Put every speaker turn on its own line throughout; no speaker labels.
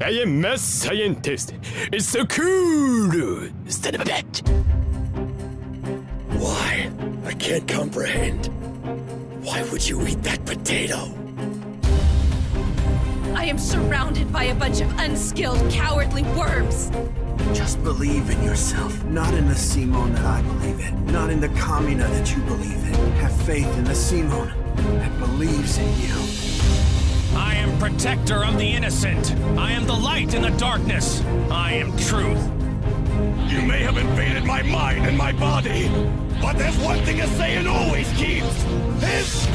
I am math scientist. It's so cool. Son of a bitch.
Why? I can't comprehend. Why would you eat that potato?
I am surrounded by a bunch of unskilled, cowardly worms.
Just believe in yourself, not in the Simon that I believe in, not in the Kamina that you believe in. Have faith in the Simon that believes in you.
I am protector of the innocent. I am the light in the darkness. I am truth.
You may have invaded my mind and my body, but there's one thing a Saiyan always keeps his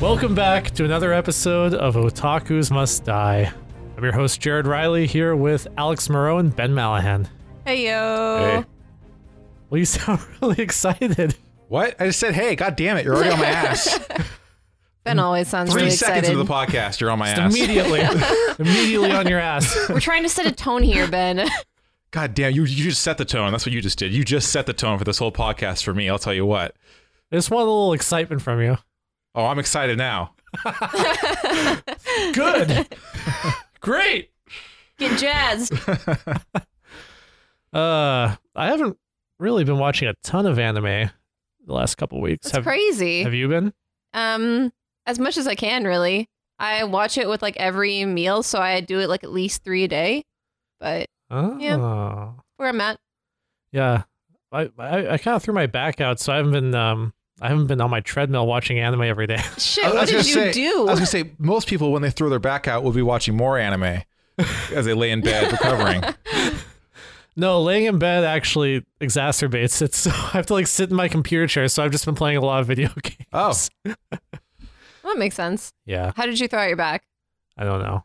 Welcome back to another episode of Otaku's Must Die. I'm your host, Jared Riley, here with Alex Moreau and Ben Malahan.
Hey yo.
Well, you sound really excited.
What? I just said, hey, god damn it, you're already on my ass.
Ben always sounds
Three
really
seconds
excited.
into the podcast, you're on my ass.
Immediately, immediately on your ass.
We're trying to set a tone here, Ben.
God damn, you, you just set the tone. That's what you just did. You just set the tone for this whole podcast for me. I'll tell you what.
I just want a little excitement from you.
Oh, I'm excited now.
Good. Great.
Get jazzed.
Uh, I haven't really been watching a ton of anime the last couple weeks.
It's
have,
crazy.
have you been?
um, as much as I can, really. I watch it with like every meal, so I do it like at least three a day. But
Oh.
Yeah. where I'm at,
Yeah, I I, I kind of threw my back out, so I haven't been um I haven't been on my treadmill watching anime every day.
shit.
I was gonna
What did you
say- I
do?
was going to say, most people, when they throw their back out, will be watching more anime as they lay in bed recovering.
no, laying in bed actually exacerbates it, so I have to like sit in my computer chair. So I've just been playing a lot of video games.
Oh.
That makes sense.
yeah,
How did you throw out your back?
I don't know.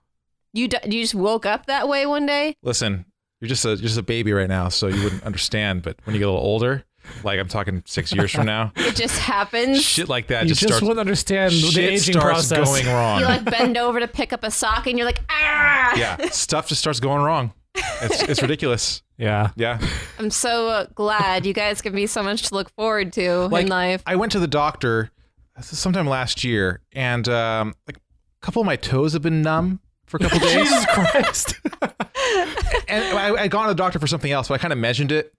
You d- you just woke up that way one day.
Listen, you're just a, you're just a baby right now, so you wouldn't understand. But when you get a little older, like I'm talking six years from now,
It just happens.
shit like that
you
just,
just
starts,
wouldn't understand the
shit
aging
starts
process.
going wrong.
You like bend over to pick up a sock, and you're like, ah.
yeah, stuff just starts going wrong. It's, it's ridiculous.
yeah,
Yeah.
I'm so uh, glad you guys give me so much to look forward to in life.
I went to the doctor sometime last year, and um, like a couple of my toes have been numb for a couple days.
Jesus Christ.
and I, I'd gone to the doctor for something else, but I kind of mentioned it.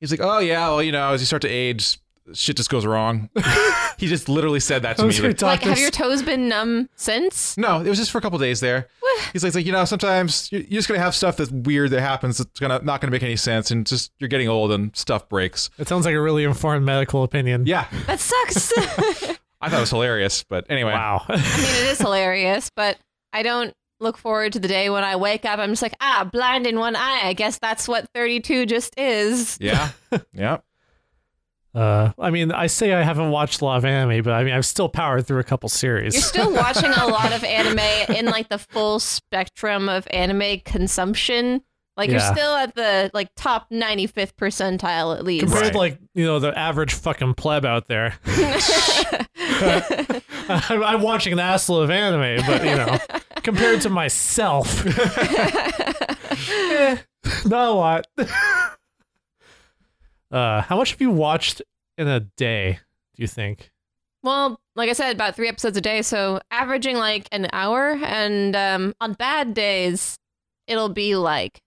He's like, "Oh yeah, well you know, as you start to age, shit just goes wrong." he just literally said that to me.
Those are
like,
like,
doctors.
have your toes been numb since?
no, it was just for a couple of days there. He's like, he's like, you know, sometimes you're you're just gonna have stuff that's weird that happens that's gonna not gonna make any sense, and just you're getting old and stuff breaks.
That sounds like a really informed medical opinion.
Yeah,
That sucks. I
I thought it was hilarious, but anyway,
Wow.
mean, it is hilarious, but I don't look forward to the day when I wake up. I'm just like, ah, blind in one eye. I guess that's what 32 just is.
yeah, yeah.
uh, I mean, I say I haven't watched a lot of anime, but I mean, I've still powered through a couple
You're
series.
still watching a lot of anime in like the full spectrum of anime consumption. Like
Yeah.
you're still at the like top 95th percentile at least.
Compared
Right.
to like you know the average fucking pleb out there. I'm, I'm watching an assload of anime, but you know, compared to myself, eh, not a lot. Uh, how much have you watched in a day? Do you think?
Well, like I said, about three episodes a day, so averaging like an hour, and um, on bad days, it'll be like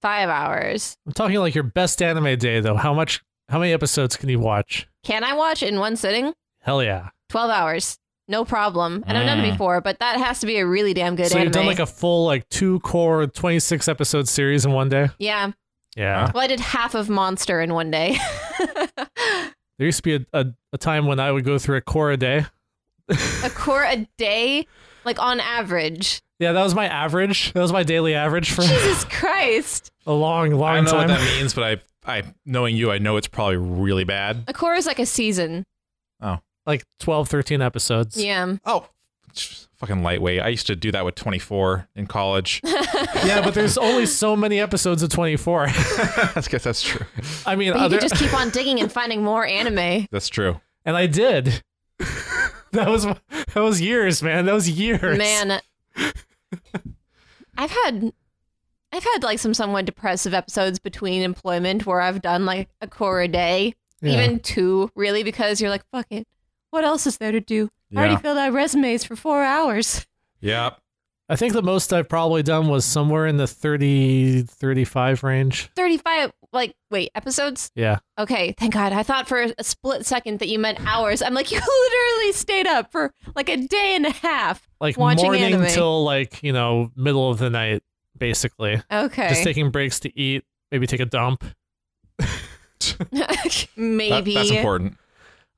five hours.
I'm talking like your best anime day though. How much? How many episodes can you watch?
Can I watch in one sitting?
Hell yeah!
Twelve hours, no problem. And I've done it
Mm.
before, but that has to be a really damn good
so
anime.
you've done like a full like two core 26 episode series in one day.
yeah.
Yeah.
Well, I did half of Monster in one day.
There used to be a, a, a time when I would go through a core a day.
a core a day, like on average.
Yeah, that was my average. That was my daily average for
Jesus Christ.
a long, long
I don't know
time.
what that means, but I, I, knowing you, I know it's probably really bad.
A core is like a season.
Like 12, 13 episodes.
Yeah.
Oh, it's fucking lightweight. I used to do that with 24 in college.
Yeah, but there's only so many episodes of 24.
I guess that's true.
I mean,
But you
other,
could just keep on digging and finding more anime.
That's true.
and I did. that was that was years, man. That was years.
Man, I've had, I've had like some somewhat depressive episodes between employment where I've done like a core a day,
Yeah.
even two, really, because you're like, fuck it, what else is there to do? I already
Yeah.
filled out resumes for four hours.
Yep.
I think the most I've probably done was somewhere in the 30, 35 range.
35, like, wait, episodes?
Yeah.
Okay, thank God. I thought for a split second that you meant hours. I'm like, you literally stayed up for like a day and a half
Like
watching
morning
anime.
till like, you know, middle of the night, basically.
okay.
Just taking breaks to eat, maybe take a dump.
That-
Maybe
that's important.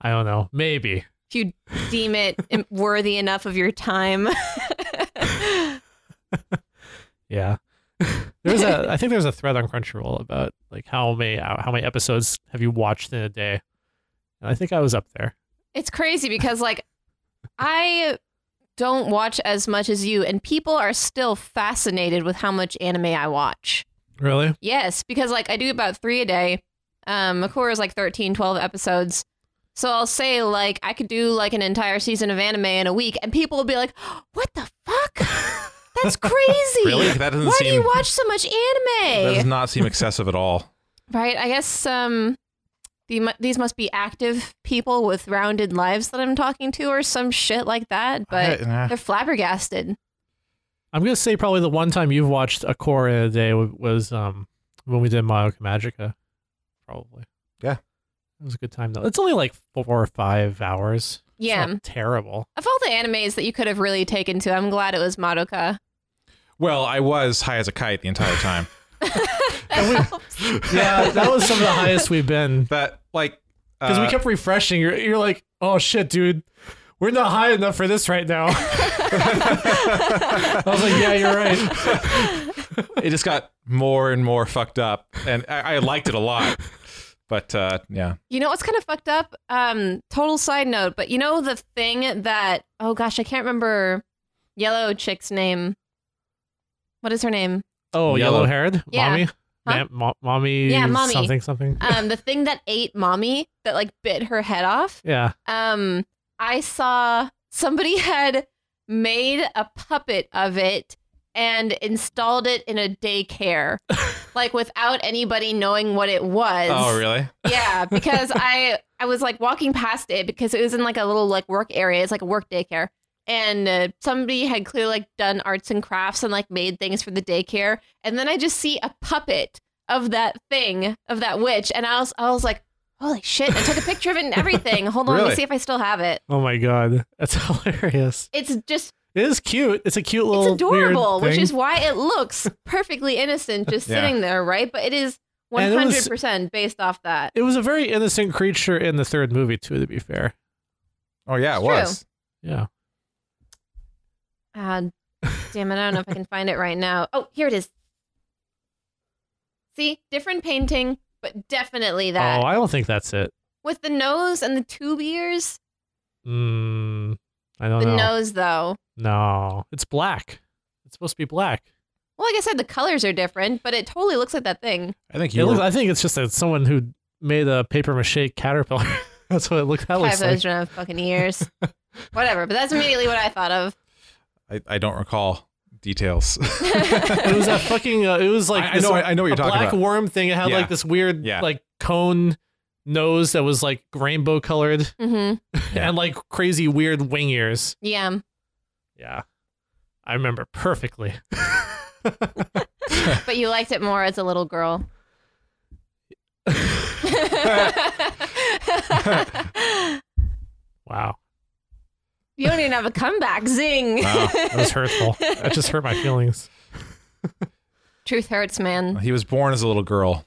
I don't know. Maybe.
if you deem it im- worthy enough of your time.
Yeah. There's a I think there's a thread on Crunchyroll about like how many how many episodes have you watched in a day. And I think I was up there.
It's crazy because like I don't watch as much as you and people are still fascinated with how much anime I watch.
Really?
Yes, because like I do about 3 a day. Um Makura is like 13, 12 episodes. So I'll say like I could do like an entire season of anime in a week and people will be like, "What the fuck?" That's crazy.
Really? That doesn't
Why do
seem-
you watch so much
That
anime?
does not seem excessive at all.
Right. I guess um, the, mu- these must be active people with rounded lives that I'm talking to, or some shit like that. But
I- nah.
they're flabbergasted.
I'm gonna say probably the one time you've watched a core in a day wa- was um when we did Madoka Magica, probably.
Yeah.
it was a good time though. It's only like four or five hours. It's
Yeah.
not terrible.
Of all the animes that you could have really taken to, I'm glad it was Madoka.
Well, I was high as a kite the entire time.
Yeah, that was some of the highest we've been
That like
because
uh,
we kept refreshing. You're you're like, oh shit, dude, we're not high enough for this right now. I was like, yeah, you're right.
it just got more and more fucked up, and I, I liked it a lot. But uh, yeah,
You know what's kind of fucked up? Um, total side note, but you know the thing that oh gosh, I can't remember yellow chick's name. What is her name?
Oh,
Yellow.
yellow haired
Yeah.
mommy,
Huh?
Ma- mo- mommy,
Yeah, mommy.
something something.
Um, the thing that ate mommy that like bit her head off.
yeah,
um I saw somebody had made a puppet of it and installed it in a daycare like without anybody knowing what it was.
oh really?
Yeah, because I I was like walking past it because it was in like a little like work area. It's like a work daycare. And uh, somebody had clearly like done arts and crafts and like made things for the daycare. And then I just see a puppet of that thing of that witch, and I was I was like, holy shit! I took a picture of it and everything. Hold on, let
Really?
me see if I still have it.
oh my god, that's hilarious.
It's just
It is cute. It's a cute
it's
little
adorable,
weird
which
thing.
is why it looks perfectly innocent just
Yeah.
sitting there, right? But it is
And
one
it was-
hundred percent based off that.
It was a very innocent creature in the third movie too. To be fair,
Oh yeah, it
It's
was.
yeah.
Uh, damn it, I don't know if I can find it right now. Oh, here it is. See, different painting, but definitely that.
Oh, I don't think that's it.
With the nose and the tube ears.
Mm, I don't
the
know.
nose, though.
No, it's black. It's supposed to be black.
Well, like I said, the colors are different, but it totally looks like that thing.
I think
It
you.
looks-
Were,
I think it's just that someone who made a paper mache caterpillar. that's what it look, that looks like.
Typos don't have fucking ears. Whatever, but that's immediately what I thought of.
I, I don't recall details.
It was that fucking. Uh, it was like
I- I
this,
know- I know what
a
you're talking
black
about.
worm thing. It had
Yeah.
like this weird
Yeah.
like cone nose that was like rainbow colored
Mm-hmm.
Yeah.
and like crazy weird wing ears.
Yeah.
Yeah, I remember perfectly.
But you liked it more as a little girl.
Wow.
you don't even have a comeback. Zing.
That was hurtful. that just hurt my feelings.
Truth hurts, man.
he was born as a little girl,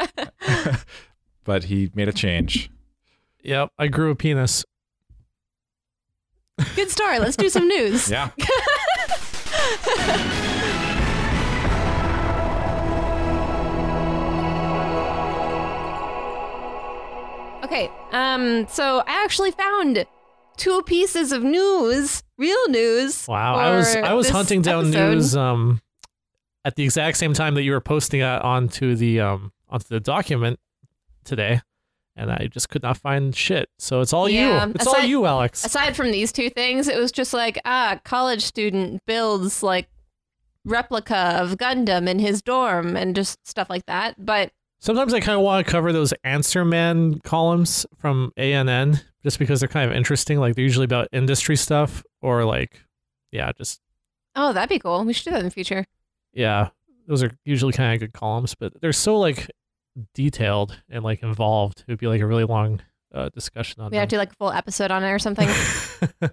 but he made a change.
Yep, I grew a penis.
Good story. Let's do some news.
Yeah.
Okay. Um. So I actually found two pieces of news, real news.
Wow, I was
for
I was
this
hunting down
episode.
news um at the exact same time that you were posting it onto the um onto the document today, and I just could not find shit. So it's all
Yeah,
you. It's all
aside-
you, Alex.
Aside from these two things, it was just like ah, college student builds like replica of Gundam in his dorm and just stuff like that. But
Sometimes I kind of want to cover those answer man columns from ANN just because they're kind of interesting. Like they're usually about industry stuff or like yeah, just
Oh, that'd be cool. We should do that in the future.
yeah, those are usually kind of good columns, but they're so like detailed and like involved. It would be like a really long uh, discussion on
We have to do like a full episode on it or something.
them.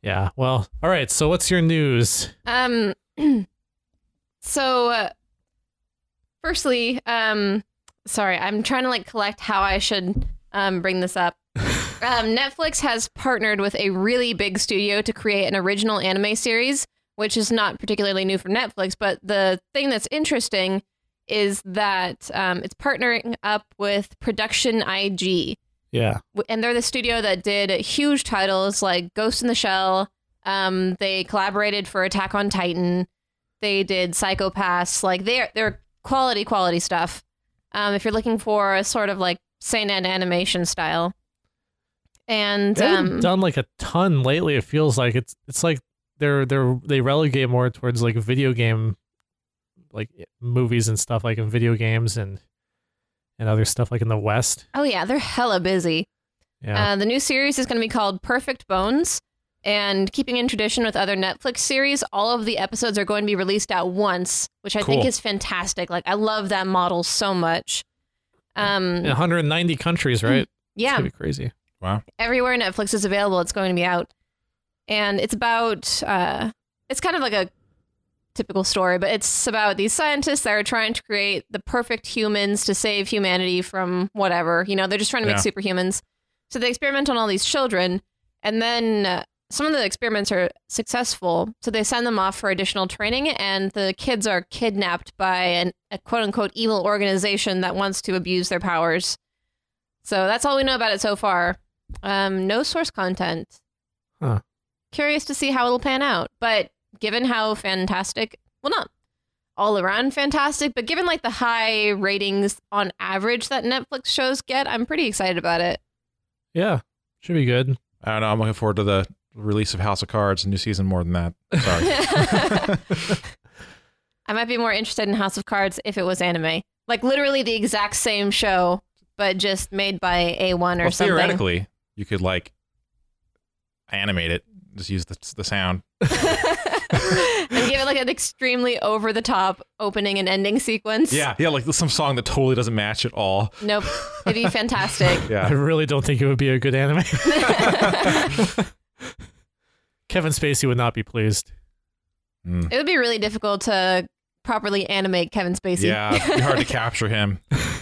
yeah. Well, all right. So what's your news?
Um, so, uh, firstly, um, sorry, I'm trying to like collect how I should um, bring this up. um, Netflix has partnered with a really big studio to create an original anime series, which is not particularly new for Netflix. But the thing that's interesting is that um, it's partnering up with Production IG,
Yeah.
w- and they're the studio that did huge titles like Ghost in the Shell. Um, they collaborated for Attack on Titan. They did Psychopaths. Like they're they're quality quality stuff. Um, if you're looking for a sort of like seinen animation style, and
They haven't
um,
done like a ton lately. It feels like it's it's like they're they're they relegate more towards like video game, like movies and stuff like in video games and and other stuff like in the West.
oh yeah, they're hella busy.
Yeah.
Uh, the new series is going to be called Perfect Bones. And keeping in tradition with other Netflix series, all of the episodes are going to be released at once, which I think
Cool.
is fantastic. Like, I love that model so much. Um,
in 190 countries, right? It's
mm, yeah,
gonna be crazy.
Wow.
everywhere Netflix is available, it's going to be out. And it's about, uh, it's kind of like a typical story, but it's about these scientists that are trying to create the perfect humans to save humanity from whatever. You know, they're just trying to make
Yeah.
superhumans. So they experiment on all these children, and then uh, some of the experiments are successful. So they send them off for additional training, and the kids are kidnapped by an, a quote unquote evil organization that wants to abuse their powers. So that's all we know about it so far. Um, no source content.
Huh.
Curious to see how it'll pan out, but given how fantastic, well, not all around fantastic, but given like the high ratings on average that Netflix shows get, I'm pretty excited about it.
Yeah. Should be good.
I don't know. I'm looking forward to the release of House of Cards, new season more than that. Sorry.
I might be more interested in House of Cards if it was anime. Like literally the exact same show, but just made by A1 or
well,
something.
theoretically, you could like animate it. Just use the, the sound.
and give it like an extremely over the top opening and ending sequence.
Yeah, yeah, like some song that totally doesn't match at all.
Nope. It'd be fantastic.
I
Yeah,
really don't think it would be a good anime. Kevin Spacey would not be pleased.
It would be really difficult to properly animate Kevin Spacey.
yeah, it'd be hard to capture him. Yeah.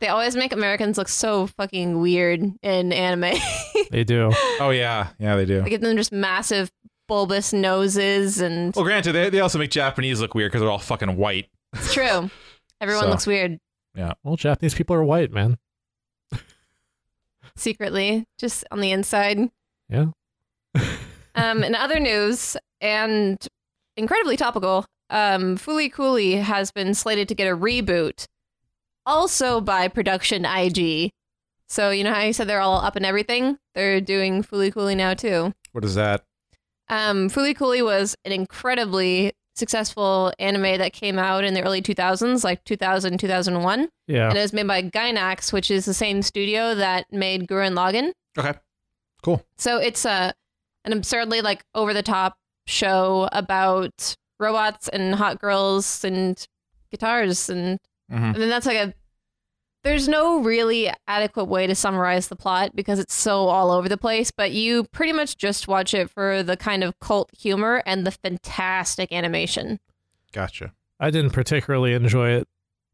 They always make Americans look so fucking weird in anime.
They do.
Oh yeah, yeah, they do.
they give them just massive bulbous noses and
Well, granted, they, they also make Japanese look weird because they're all fucking white.
it's true. Everyone
So.
looks weird
Well, Japanese people are white, man.
secretly, just on the inside.
Yeah.
Um, in other news, and incredibly topical, um, Foolie Cooley has been slated to get a reboot, also by Production IG. So you know how you said they're all up and everything? They're doing Foolie Cooley now too.
What is that?
Um, Foolie Cooley was an incredibly successful anime that came out in the early 2000s, like 2000, 2001.
Yeah.
And it was made by Gainax, which is the same studio that made Gurren Lagann.
Okay. Cool.
So it's a an absurdly like over the top show about robots and hot girls and guitars and
Mhm.
and then that's like a there's no really adequate way to summarize the plot because it's so all over the place, but you pretty much just watch it for the kind of cult humor and the fantastic animation.
Gotcha.
I didn't particularly enjoy it.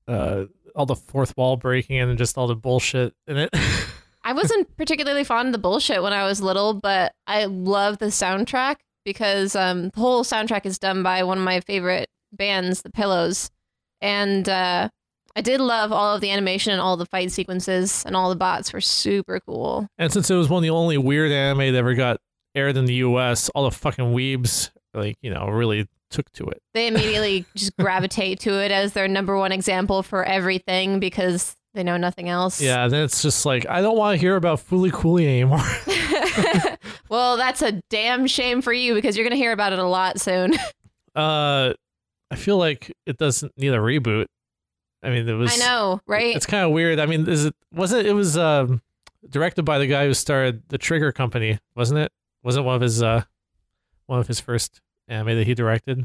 Uh, all the fourth wall breaking and just all the bullshit in it.
I wasn't particularly fond of the bullshit when I was little, but I love the soundtrack because um, the whole soundtrack is done by one of my favorite bands, The Pillows. And uh, I did love all of the animation and all the fight sequences, and all the bots were super cool.
and since it was one of the only weird anime that ever got aired in the U.S., all the fucking weebs, like you know, really took to it.
They immediately just gravitate to it as their number one example for everything because they know nothing else.
Yeah. Then it's just like I don't want to hear about Foolie Cooley anymore.
well, that's a damn shame for you because you're going to hear about it a lot soon.
uh, I feel like it doesn't need a reboot. I mean, it was.
I know, right?
It's kind of weird. I mean, is it wasn't it was um directed by the guy who started the Trigger Company, wasn't it? Wasn't one of his uh one of his first anime that he directed?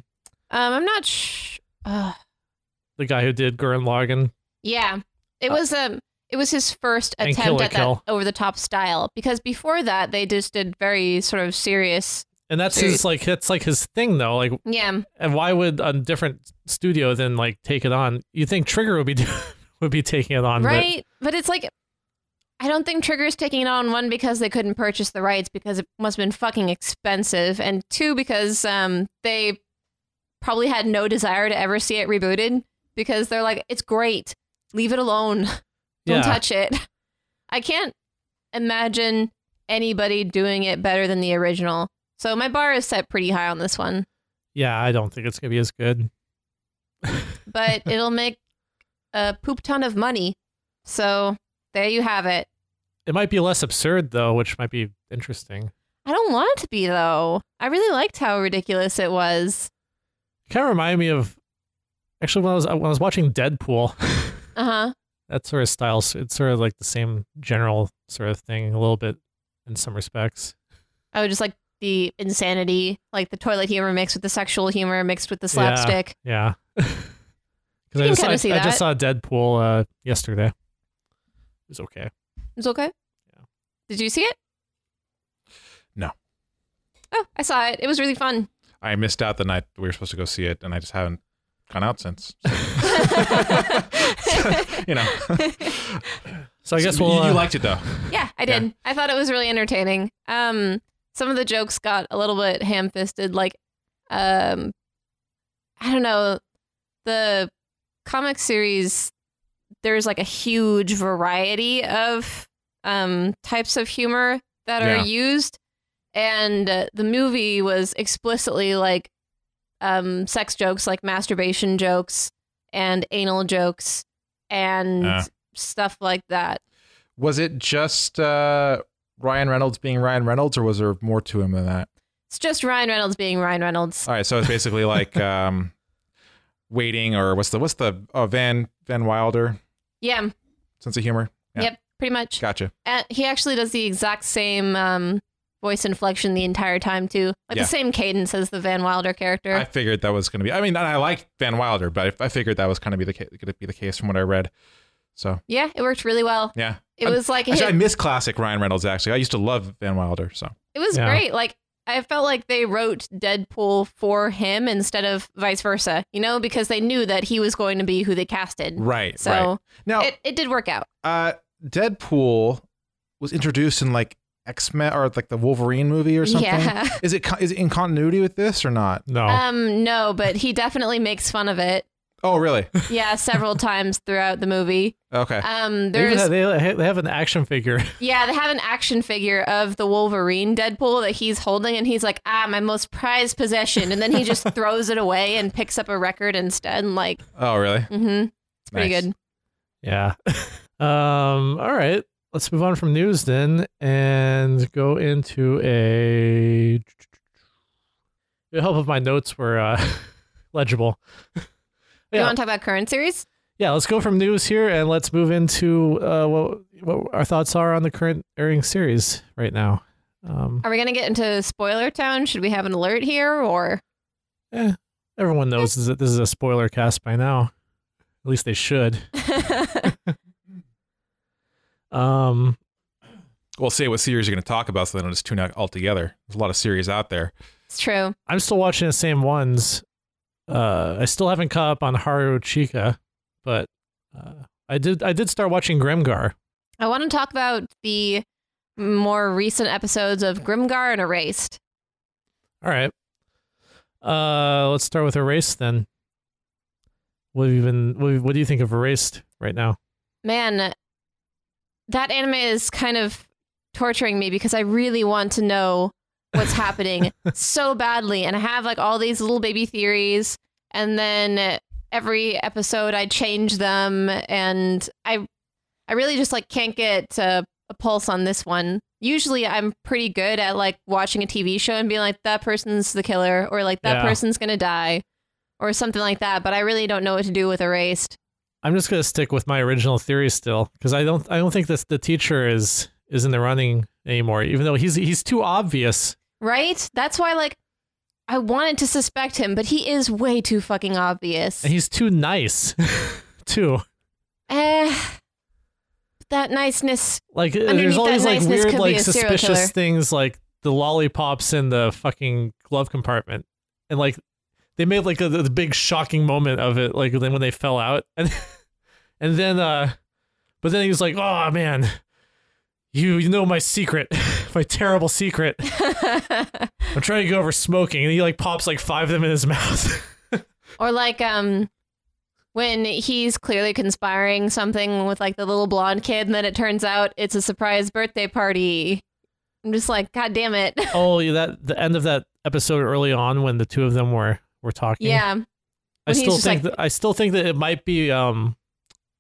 Um, I'm not. Sh- uh,
The guy who did Gurren Lagann.
yeah, it
Uh,
was um, it was his first
and
attempt
Kill la
at
Kill.
that over the top style because before that they just did very sort of serious.
And that's
Dude.
his like that's like his thing though. Like
Yeah,
and why would a different studio then like take it on? You think Trigger would be would be taking it on, but-
right. But it's like. I don't think Trigger's taking it on one because they couldn't purchase the rights because it must have been fucking expensive, and two because um they probably had no desire to ever see it rebooted because they're like it's great, leave it alone. Don't
yeah.
touch it. I can't imagine anybody doing it better than the original. So my bar is set pretty high on this one,
Yeah, I don't think it's gonna be as good.
but it'll make a poop ton of money. So there you have it.
It might be less absurd though, which might be interesting.
I don't want it to be though. I really liked how ridiculous it was.
Kind of remind me of actually when I was when I was watching Deadpool.
Uh huh.
that sort of style. so It's sort of like the same general sort of thing, a little bit in some respects.
I would just like the insanity, like the toilet humor mixed with the sexual humor mixed with the slapstick.
Yeah. Because I,
can
just,
kinda
I,
see
I just
that.
saw Deadpool uh, yesterday. It was okay.
It's okay.
Yeah.
Did you see it?
No.
Oh, I saw it. It was really fun.
I missed out the night we were supposed to go see it, and I just haven't gone out since. you know,
So I guess
you,
we'll.
you
uh,
liked it though.
Yeah, I
Yeah.
did. I thought it was really entertaining. Um, some of the jokes got a little bit ham-fisted. Like, um, I don't know, the comic series. There's like a huge variety of um, types of humor that
Yeah.
are used, and uh, the movie was explicitly like um, sex jokes, like masturbation jokes and anal jokes and
Ah.
stuff like that.
Was it just uh, Ryan Reynolds being Ryan Reynolds, or was there more to him than that?
It's just Ryan Reynolds being Ryan Reynolds.
All right, so it's basically like um, waiting, or what's the what's the oh, Van Van Wilder
yeah,
sense of humor? Yeah.
Yep. Pretty much.
Gotcha.
And he actually does the exact same um, voice inflection the entire time too, like
Yeah.
the same cadence as the Van Wilder character.
I figured that was going to be. I mean, I liked Van Wilder, but I, I figured that was kind of be the going to be the case from what I read. So
yeah, it worked really well.
yeah,
It
I'm-
was like
Actually, I
hit-
miss classic Ryan Reynolds. Actually, I used to love Van Wilder. So
it was
Yeah.
great. Like I felt like they wrote Deadpool for him instead of vice versa, you know, because they knew that he was going to be who they casted.
right,
So
now,
it, it did work out.
uh, Deadpool was introduced in like X Men or like the Wolverine movie or something.
Yeah.
Is it co- is it in continuity with this or not?
no.
Um, no, but he definitely makes fun of it.
Oh, really?
Yeah, several times throughout the movie.
Okay.
Um,
They even
there's
have- they, ha- they have an action figure.
Yeah, they have an action figure of the Wolverine Deadpool that he's holding, and he's like, ah, my most prized possession. And then he just throws it away and picks up a record instead. And like,
Oh, really?
mm hmm. It's pretty
Nice.
good.
yeah. Um. All right. Let's move on from news then and go into a. The help if my notes were uh, legible.
Do You
Yeah.
want to talk about current series?
Yeah, let's go from news here and let's move into uh, what, what our thoughts are on the current airing series right now. Um,
Are we going to get into spoiler town? Should we have an alert here? Or
everyone knows that this is a spoiler cast by now. At least they should. Um,
We'll say what series you're going to talk about, so then I'll just tune out altogether. There's a lot of series out there.
it's true.
I'm still watching the same ones. Uh, I still haven't caught up on Haru Chica, but uh, I did. I did start watching Grimgar.
I want to talk about the more recent episodes of Grimgar and Erased.
All right. Uh, let's start with Erased then. What have you been? What, what do you think of Erased right now?
man, that anime is kind of torturing me because I really want to know what's happening so badly. And I have like all these little baby theories. And then every episode I change them. And I, I really just like can't get uh, a pulse on this one. Usually I'm pretty good at like watching a TV show and being like, that person's the killer or like that
Yeah.
person's going to die or something like that. But I really don't know what to do with Erased.
I'm just gonna stick with my original theory still because I don't I don't think this the teacher is is in the running anymore. Even though he's he's too obvious.
Right? That's why like I wanted to suspect him, but he is way too fucking obvious.
And he's too nice, too.
Eh, that niceness.
Like uh,
Underneath
there's all
that
these like
niceness
weird
could be
like
a serial killer.
suspicious things like the lollipops in the fucking glove compartment, and like they made like a, the big shocking moment of it like then when they fell out and and then uh but then he was like oh man you you know my secret my terrible secret I'm trying to go over smoking and he like pops like five of them in his mouth
Or like um when he's clearly conspiring something with like the little blonde kid and then it turns out it's a surprise birthday party. I'm just like, God damn it.
oh yeah, that the end of that episode early on when the two of them were were talking
yeah.
I
When he's
still
just
think
like-
that, I still think that it might be um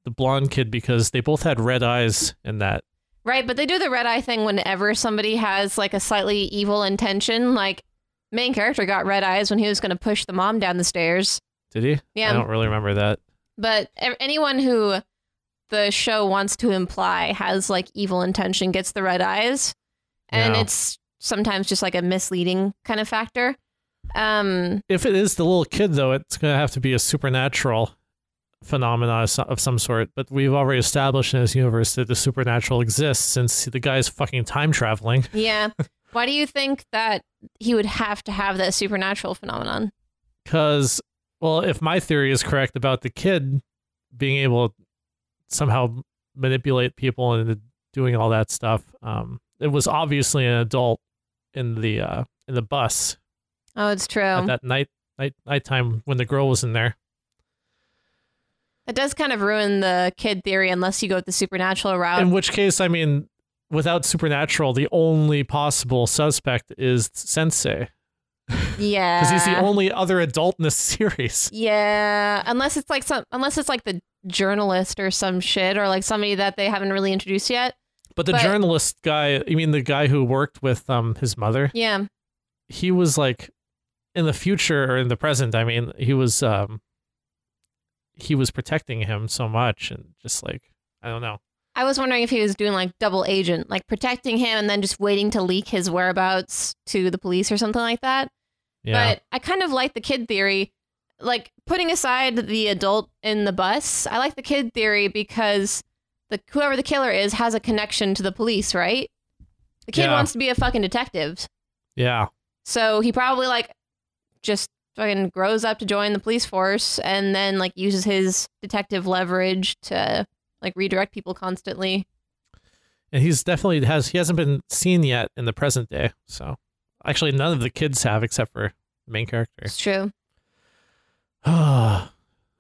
the blonde kid because they both had red eyes in that.
Right, but they do the red eye thing whenever somebody has like a slightly evil intention. Like main character got red eyes when he was going to push the mom down the stairs.
Did he?
Yeah.
I don't really remember that.
But e- anyone who the show wants to imply has like evil intention gets the red eyes. And
Yeah.
it's sometimes just like a misleading kind of factor. Um
If it is the little kid though, it's gonna have to be a supernatural phenomena of so- of some sort. But we've already established in this universe that the supernatural exists since the guy's fucking time traveling.
yeah. Why do you think that he would have to have that supernatural phenomenon?
Because well, if my theory is correct about the kid being able to somehow manipulate people and doing all that stuff, um, it was obviously an adult in the uh, in the bus
Oh, it's true.
at that night night nighttime when the girl was in there.
It does kind of ruin the kid theory unless you go with the supernatural route.
In which case, I mean, without supernatural, the only possible suspect is Sensei
yeah.
because he's the only other adult in the series.
Yeah, unless it's like some unless it's like the journalist or some shit or like somebody that they haven't really introduced yet.
But the
But-
journalist guy, I mean, the guy who worked with um his mother,
Yeah.
he was like in the future or in the present. I mean, he was um he was protecting him so much and just like I don't know.
I was wondering if he was doing like double agent, like protecting him and then just waiting to leak his whereabouts to the police or something like that.
Yeah,
But I kind of like the kid theory. Like putting aside the adult in the bus, I like the kid theory because the whoever the killer is has a connection to the police, right? The kid
Yeah.
wants to be a fucking detective.
yeah.
So he probably like just fucking grows up to join the police force and then like uses his detective leverage to like redirect people constantly.
and he's definitely has he hasn't been seen yet in the present day. So actually, none of the kids have except for the main character.
It's true.
Riddled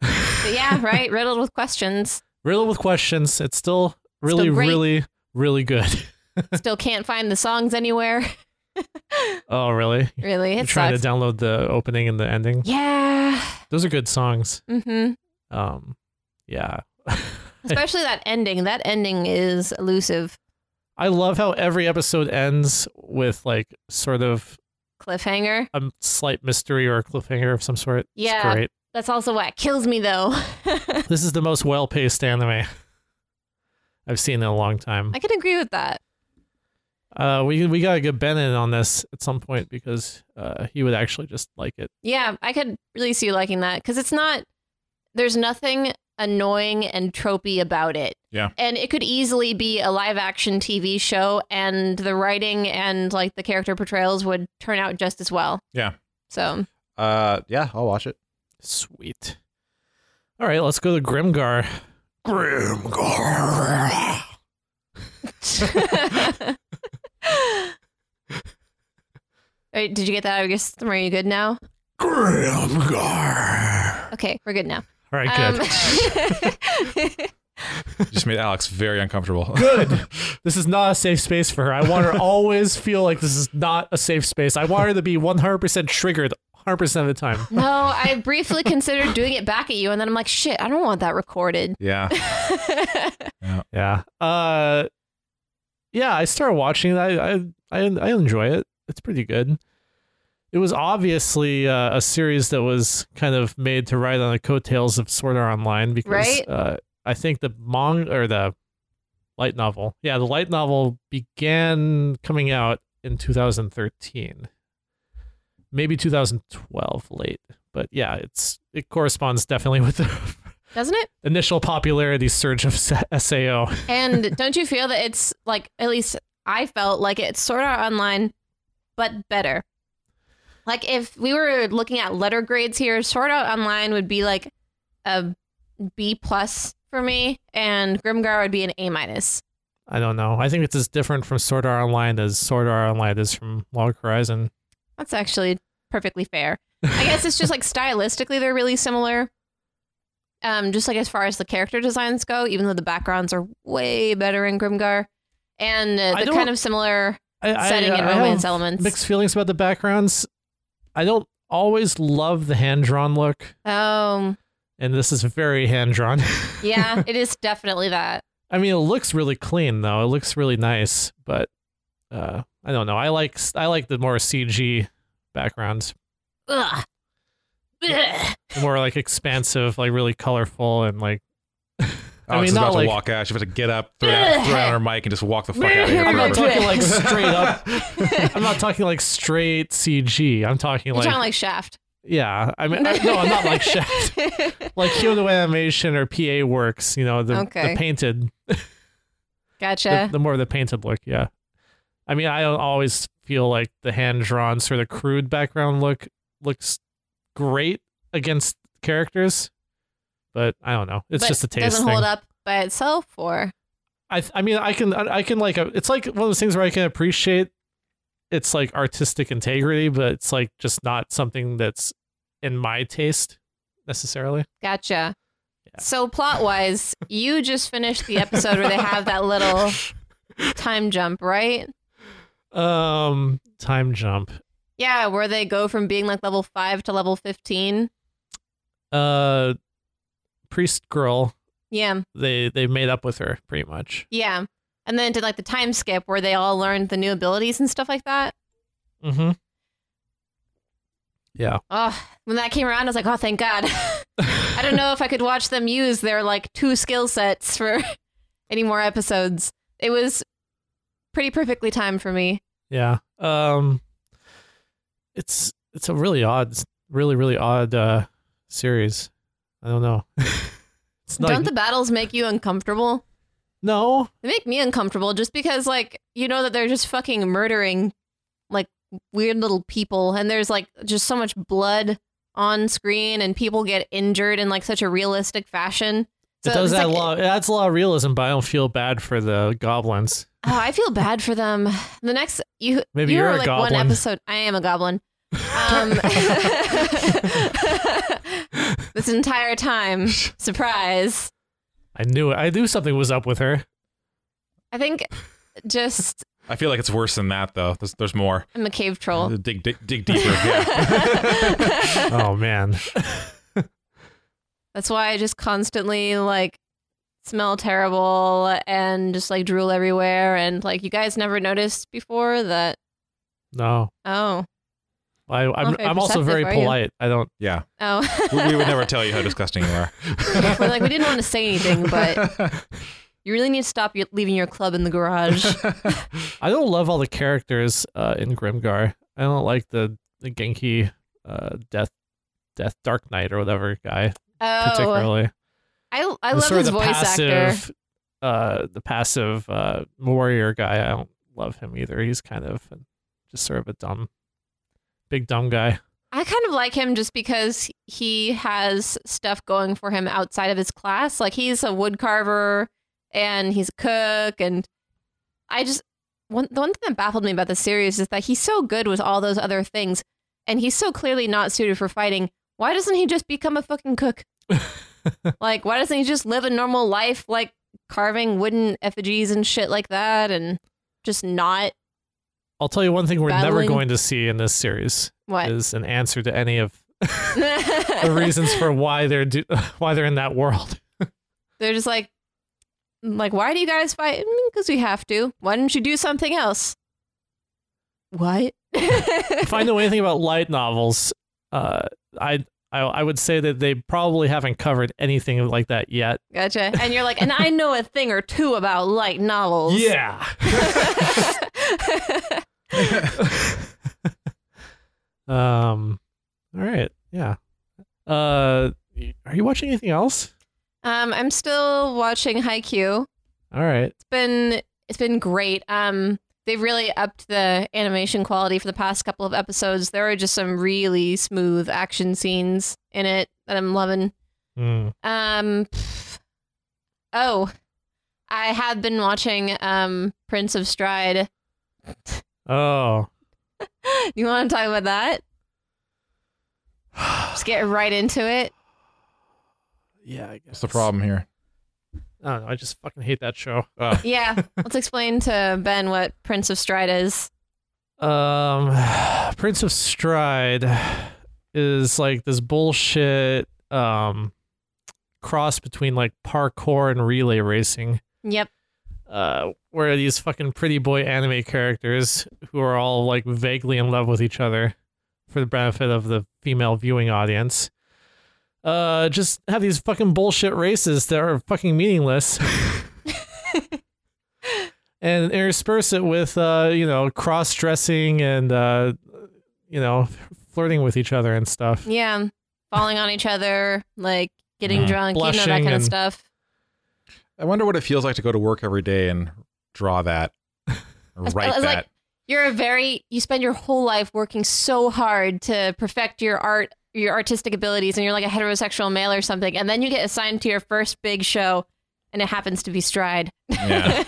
But yeah, right? Riddled with questions.
with questions. It's still really,
great.
really, really good.
Still can't find the songs anywhere.
Oh, really?
really.
You're
It
trying
sucks.
to download the opening and the ending.
yeah.
Those are good songs.
Mhm.
Um, yeah.
Especially that ending. That ending is elusive.
I love how every episode ends with like sort of
Cliffhanger.
a slight mystery or a cliffhanger of some sort. It's
Yeah.
great.
That's also what kills me though.
This is the most well-paced anime I've seen in a long time.
I can agree with that.
Uh, we we gotta get Ben in on this at some point because uh, he would actually just like it.
Yeah, I could really see you liking that because it's not. There's nothing annoying and tropey about it.
Yeah.
and it could easily be a live action TV show, and the writing and like the character portrayals would turn out just as well.
Yeah.
So
Uh, yeah, I'll watch it.
Sweet. All right, let's go to Grimgar. Grimgar.
Alright, did you get that out of your system? Are you good now?
Grimgar.
Okay, we're good now.
All right,
Um,
good.
Just made Alex very uncomfortable.
good. This is not a safe space for her. I want her to always feel like this is not a safe space. I want her to be 100% triggered 100% of the time.
no, I briefly considered doing it back at you, and then I'm like, shit, I don't want that recorded.
yeah.
Yeah. Uh yeah, I started watching it. I I I, I enjoy it. It's pretty good. It was obviously uh, a series that was kind of made to ride on the coattails of Sword Art Online because
Right.
uh, I think the manga or the light novel, yeah, the light novel began coming out in 2013, maybe 2012 late, but yeah, it's it corresponds definitely with the
doesn't it?
initial popularity surge of sa- SAO.
And don't you feel that it's like at least I felt like it's sort of online, but better. Like if we were looking at letter grades here, sort out online would be like a B plus for me, and Grimgar would be an A minus.
I don't know. I think it's as different from Sword Art Online as Sword Art Online is from Log Horizon.
That's actually perfectly fair. I guess it's just like stylistically they're really similar. Um, just like as far as the character designs go, even though the backgrounds are way better in Grimgar, and uh,
I
the
don't-
kind of similar
I, I-
setting and
I have
romance elements.
Mixed feelings about the backgrounds. I don't always love the hand drawn look,
Um,
and this is very hand drawn.
yeah, it is definitely that.
I mean, it looks really clean though. It looks really nice, but uh, I don't know. I like I like the more CG backgrounds,
Ugh. Ugh.
the more like expansive, like really colorful and like. I
Alex
mean,
is
not
about
like
to walk out. She's about to get up, throw out, throw out her mic, and just walk the fuck out of here.
I'm
I'm not
forever.
talking like straight up. I'm not talking like straight CG. I'm talking
You're
like,
talking like Shaft.
yeah. I mean, I, no, I'm not like Shaft. Like Kyoto Animation or PA Works. You know, the,
Okay.
the painted the,
Gotcha.
the more the painted look, yeah. I mean, I don't always feel like the hand drawn sort of crude background look looks great against characters, but I don't know. It's
But
just a taste
Doesn't
thing.
hold up by itself, or
I th- I mean, I can I I can like uh, it's like one of those things where I can appreciate it's like artistic integrity, but it's like just not something that's in my taste necessarily.
gotcha. So plot wise, you just finished the episode where they have that little time jump, right?
Um, time jump.
Yeah, where they go from being like level five to level fifteen.
Uh, priest girl.
Yeah,
They they made up with her pretty much.
yeah. And then did like the time skip where they all learned the new abilities and stuff like that.
Mm-hmm. Yeah.
Oh, when that came around, I was like, oh, thank God. I don't know if I could watch them use their like two skill sets for any more episodes. It was pretty perfectly timed for me.
Yeah. Um it's it's a really odd really, really odd uh series. I don't know. it's not
don't the battles make you uncomfortable?
No.
They make me uncomfortable just because, like, you know that they're just fucking murdering like weird little people, and there's like just so much blood on screen, and people get injured in like such a realistic fashion. So
it does
it's
add
like-
a lot it adds a lot of realism, but I don't feel bad for the goblins.
Oh, I feel bad for them. The next you
Maybe
you
you're
were
a
like one
goblin.
episode. I am a goblin. Um, this entire time, surprise.
I knew it. I knew something was up with her.
I think just
I feel like it's worse than that, though. There's, there's more.
I'm a cave troll.
Dig, dig, dig deeper. Yeah.
oh man.
That's why I just constantly like smell terrible and just like drool everywhere. And like you guys never noticed before that.
No.
Oh,
I, I'm,
very
I'm also
perceptive,
very
are you?
polite. I don't.
yeah.
oh.
We, we would never tell you how disgusting you are.
We're like, we didn't want to say anything, but you really need to stop y- leaving your club in the garage.
I don't love all the characters uh, in Grimgar. I don't like the the Genki uh, Death Death Dark Knight or whatever guy
Oh,
particularly.
I, I
The
love
sort of
his
the
voice actor.
passive, Uh, the passive uh, warrior guy. I don't love him either. He's kind of just sort of a dumb, big dumb guy.
I kind of like him just because he has stuff going for him outside of his class. Like he's a wood carver and he's a cook, and I just one the one thing that baffled me about the series is that he's so good with all those other things, and he's so clearly not suited for fighting. Why doesn't he just become a fucking cook? like, why doesn't he just live a normal life, like carving wooden effigies and shit like that, and just not
I'll tell you one thing we're never
Battling-
going to see in this series
what?
is an answer to any of the reasons for why they're do- why they're in that world.
They're just like, like, why do you guys fight? Because we have to. Why didn't you do something else? What?
if I know anything about light novels, uh, I, I I would say that they probably haven't covered anything like that yet.
gotcha. And you're like, and I know a thing or two about light novels.
Yeah. Um, all right, yeah. Uh, are you watching anything else?
Um, I'm still watching Haikyuu.
All right,
It's been it's been great. Um, they've really upped the animation quality for the past couple of episodes. There are just some really smooth action scenes in it that I'm loving.
Hmm.
Um, pff. oh, I have been watching um Prince of Stride.
Oh,
You want to talk about that? Just get right into it.
yeah. I guess.
What's the problem here? Oh.
I don't know. I just fucking hate that show.
Yeah, let's explain to Ben what Prince of Stride is.
Um, Prince of Stride is like this bullshit um cross between like parkour and relay racing.
Yep.
Uh, where these fucking pretty boy anime characters who are all like vaguely in love with each other for the benefit of the female viewing audience. Uh, just have these fucking bullshit races that are fucking meaningless. and intersperse it with uh, you know, cross dressing and uh, you know, flirting with each other and stuff.
Yeah, falling on each other, like getting
Mhm.
drunk, you know that
Mm. Blushing
kind of
and-
stuff.
I wonder what it feels like to go to work every day and draw that, or
It's- uh,
write
it's like-
that.
You're a very you spend your whole life working so hard to perfect your art, your artistic abilities, and you're like a heterosexual male or something, and then you get assigned to your first big show, and it happens to be Stride.
yeah,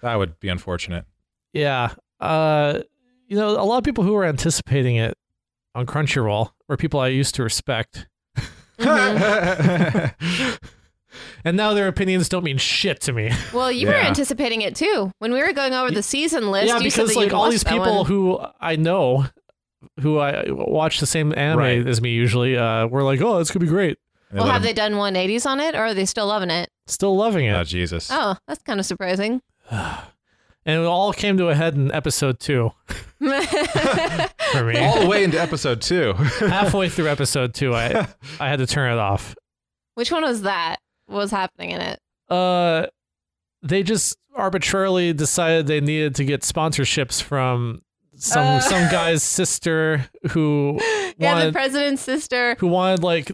that would be unfortunate.
Yeah. Uh, you know, a lot of people who were anticipating it on Crunchyroll were people I used to respect. Mm-hmm. And now their opinions don't mean shit to me.
well, you were
Yeah.
anticipating it too when we were going over the season list.
yeah,
you said
because
that you'd
like all
watched
these
that
people
one.
who I know who I watch the same anime
Right.
as me usually, uh, were like, Oh, this could be great.
They
well,
let
have
them-
they done 180s on it, or are they still loving it?
Still loving it.
Oh Jesus!
Oh, that's kind of surprising.
And it all came to a head in episode two for me.
All the way into episode two.
Halfway through episode two, I I had to turn it off.
Which one was that? What was happening in it?
uh they just arbitrarily decided they needed to get sponsorships from some
Uh.
some guy's sister who
Yeah, the
wanted
president's sister.
who wanted like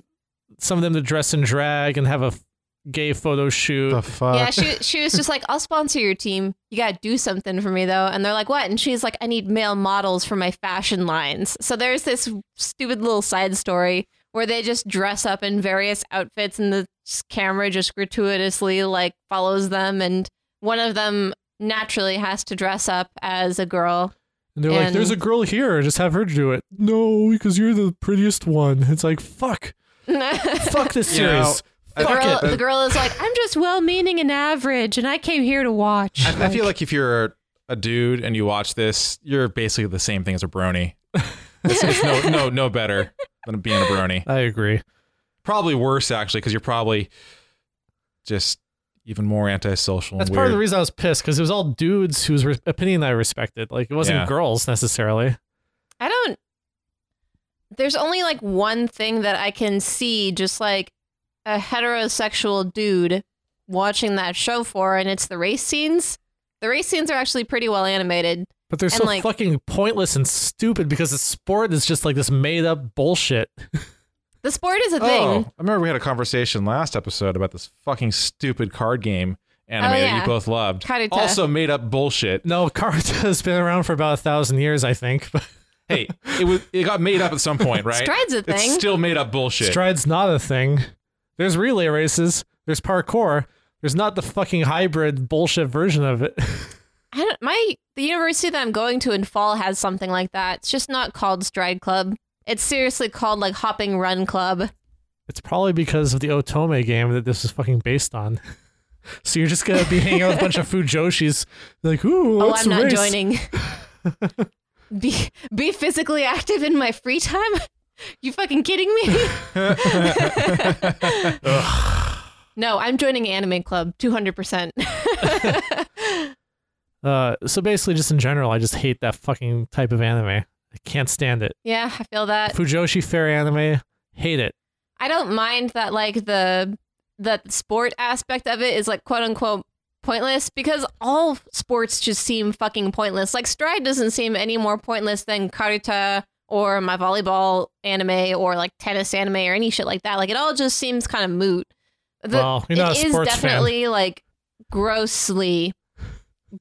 some of them to dress in drag and have a f- gay photo shoot.
the fuck?
Uh,
yeah, she she was just like, I'll sponsor your team. You gotta do something for me though. And they're like, What? And she's like, I need male models for my fashion lines. So there's this stupid little side story where they just dress up in various outfits and the s- camera just gratuitously like follows them and one of them naturally has to dress up as a girl.
and they're like,
and-
"There's a girl here. Just have her do it." No, because you're the prettiest one. It's like, fuck,
the
fuck this
You know,
series.
I-
fuck
girl
it.
the girl is like, I'm just well meaning and average and I came here to watch.
I, I feel like if you're a dude and you watch this, you're basically the same thing as a brony. It's, it's no, no, no better than being a brony.
I agree.
Probably worse actually, because you're probably just even more antisocial.
That's
and
part of
weird.
the reason I was pissed because it was all dudes whose re- opinion I respected. Like it wasn't
Yeah.
girls necessarily.
I don't. There's only like one thing that I can see, just like a heterosexual dude watching that show for, and it's the race scenes. The race scenes are actually pretty well animated.
But they're
And,
so
like-
fucking pointless and stupid because the sport is just like this made up bullshit.
The sport is a
Oh,
thing.
I remember we had a conversation last episode about this fucking stupid card game anime
Oh,
that
yeah.
you both loved.
Karuta.
Also made up bullshit.
No, Karuta has been around for about a thousand years, I think. But
Hey, it was it got made up at some point, right?
Stride's a
It's
thing.
still made up bullshit.
Stride's not a thing. There's relay races. There's parkour. There's not the fucking hybrid bullshit version of it.
I don't. My the university that I'm going to in fall has something like that. It's just not called Stride Club. It's seriously called like Hopping Run Club.
It's probably because of the Otome game that this is fucking based on. So you're just gonna be hanging out with a bunch of fujoshis, like, ooh,
Oh,
what's
I'm not
race?
joining. be be physically active in my free time? You fucking kidding me? no, I'm joining anime club 200%.
Uh, so basically, just in general, I just hate that fucking type of anime. I can't stand it.
yeah, I feel that.
Fujoshi Fair anime, hate it.
I don't mind that like the the sport aspect of it is like quote unquote pointless because all sports just seem fucking pointless. Like stride doesn't seem any more pointless than karuta or my volleyball anime or like tennis anime or any shit like that. Like it all just seems kind of moot. The,
Well, you're not
it
a
is
sports fan.
definitely like grossly,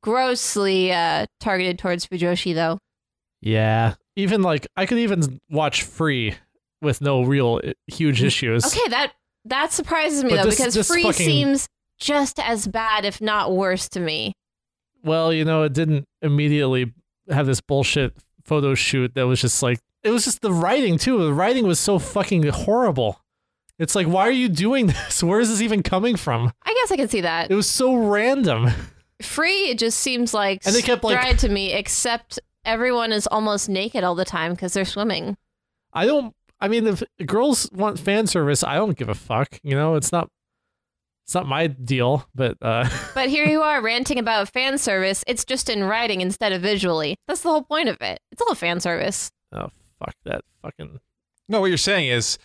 grossly uh, targeted towards Fujoshi though.
Yeah. Even like I could even watch free with no real i- huge issues.
Okay, that that surprises me
But
though
this-
because
this
free
fucking-
seems just as bad, if not worse, to me.
Well, you know, it didn't immediately have this bullshit photo shoot that was just like it was just the writing too. The writing was so fucking horrible. It's like why are you doing this? Where is this even coming from?
I guess I can see that.
It was so random.
Free, it just seems like
And they kept, like-
dried to me, except everyone is almost naked all the time because they're swimming.
I don't. I mean, if girls want fan service, I don't give a fuck. You know, it's not. It's not my deal, but uh,
But here you are ranting about fan service. It's just in writing instead of visually. That's the whole point of it. It's all fan service.
oh fuck that fucking
No, what you're saying is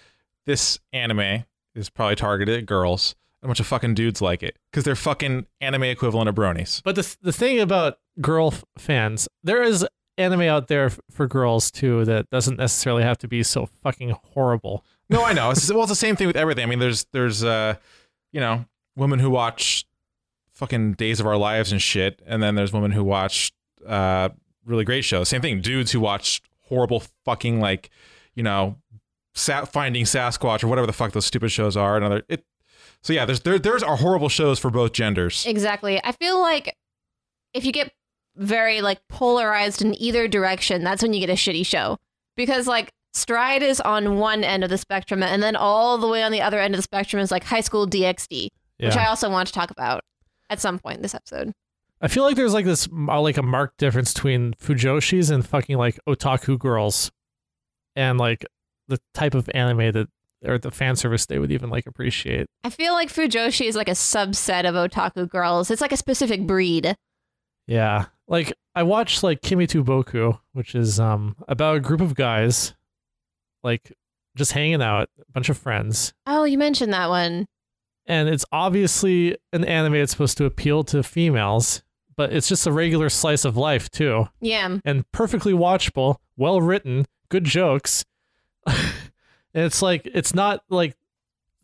this anime is probably targeted at girls. and A bunch of fucking dudes like it because they're fucking anime equivalent of bronies.
But the the thing about girl f- fans, there is anime out there f- for girls too that doesn't necessarily have to be so fucking horrible.
No, I know. It's, well, it's the same thing with everything. I mean, there's there's uh, you know, women who watch fucking Days of Our Lives and shit, and then there's women who watch uh really great shows. Same thing, dudes who watch horrible fucking like, you know, Sa- Finding Sasquatch or whatever the fuck those stupid shows are. Another it. So yeah, there's there there's are horrible shows for both genders.
Exactly. I feel like if you get very like polarized in either direction, that's when you get a shitty show. Because like Stride is on one end of the spectrum, and then all the way on the other end of the spectrum is like High School DxD, which I also want to talk about at some point this episode.
I feel like there's like this uh, like a marked difference between fujoshis and fucking like otaku girls, and like the type of anime that or the fan service they would even like appreciate.
I feel like Fujoshi is like a subset of otaku girls. It's like a specific breed.
Yeah. Like I watched like Kimi to Boku, which is um about a group of guys like just hanging out, a bunch of friends.
Oh, you mentioned that one.
And it's obviously an anime that's supposed to appeal to females, but it's just a regular slice of life too.
Yeah.
And perfectly watchable, well written, good jokes. and it's like it's not like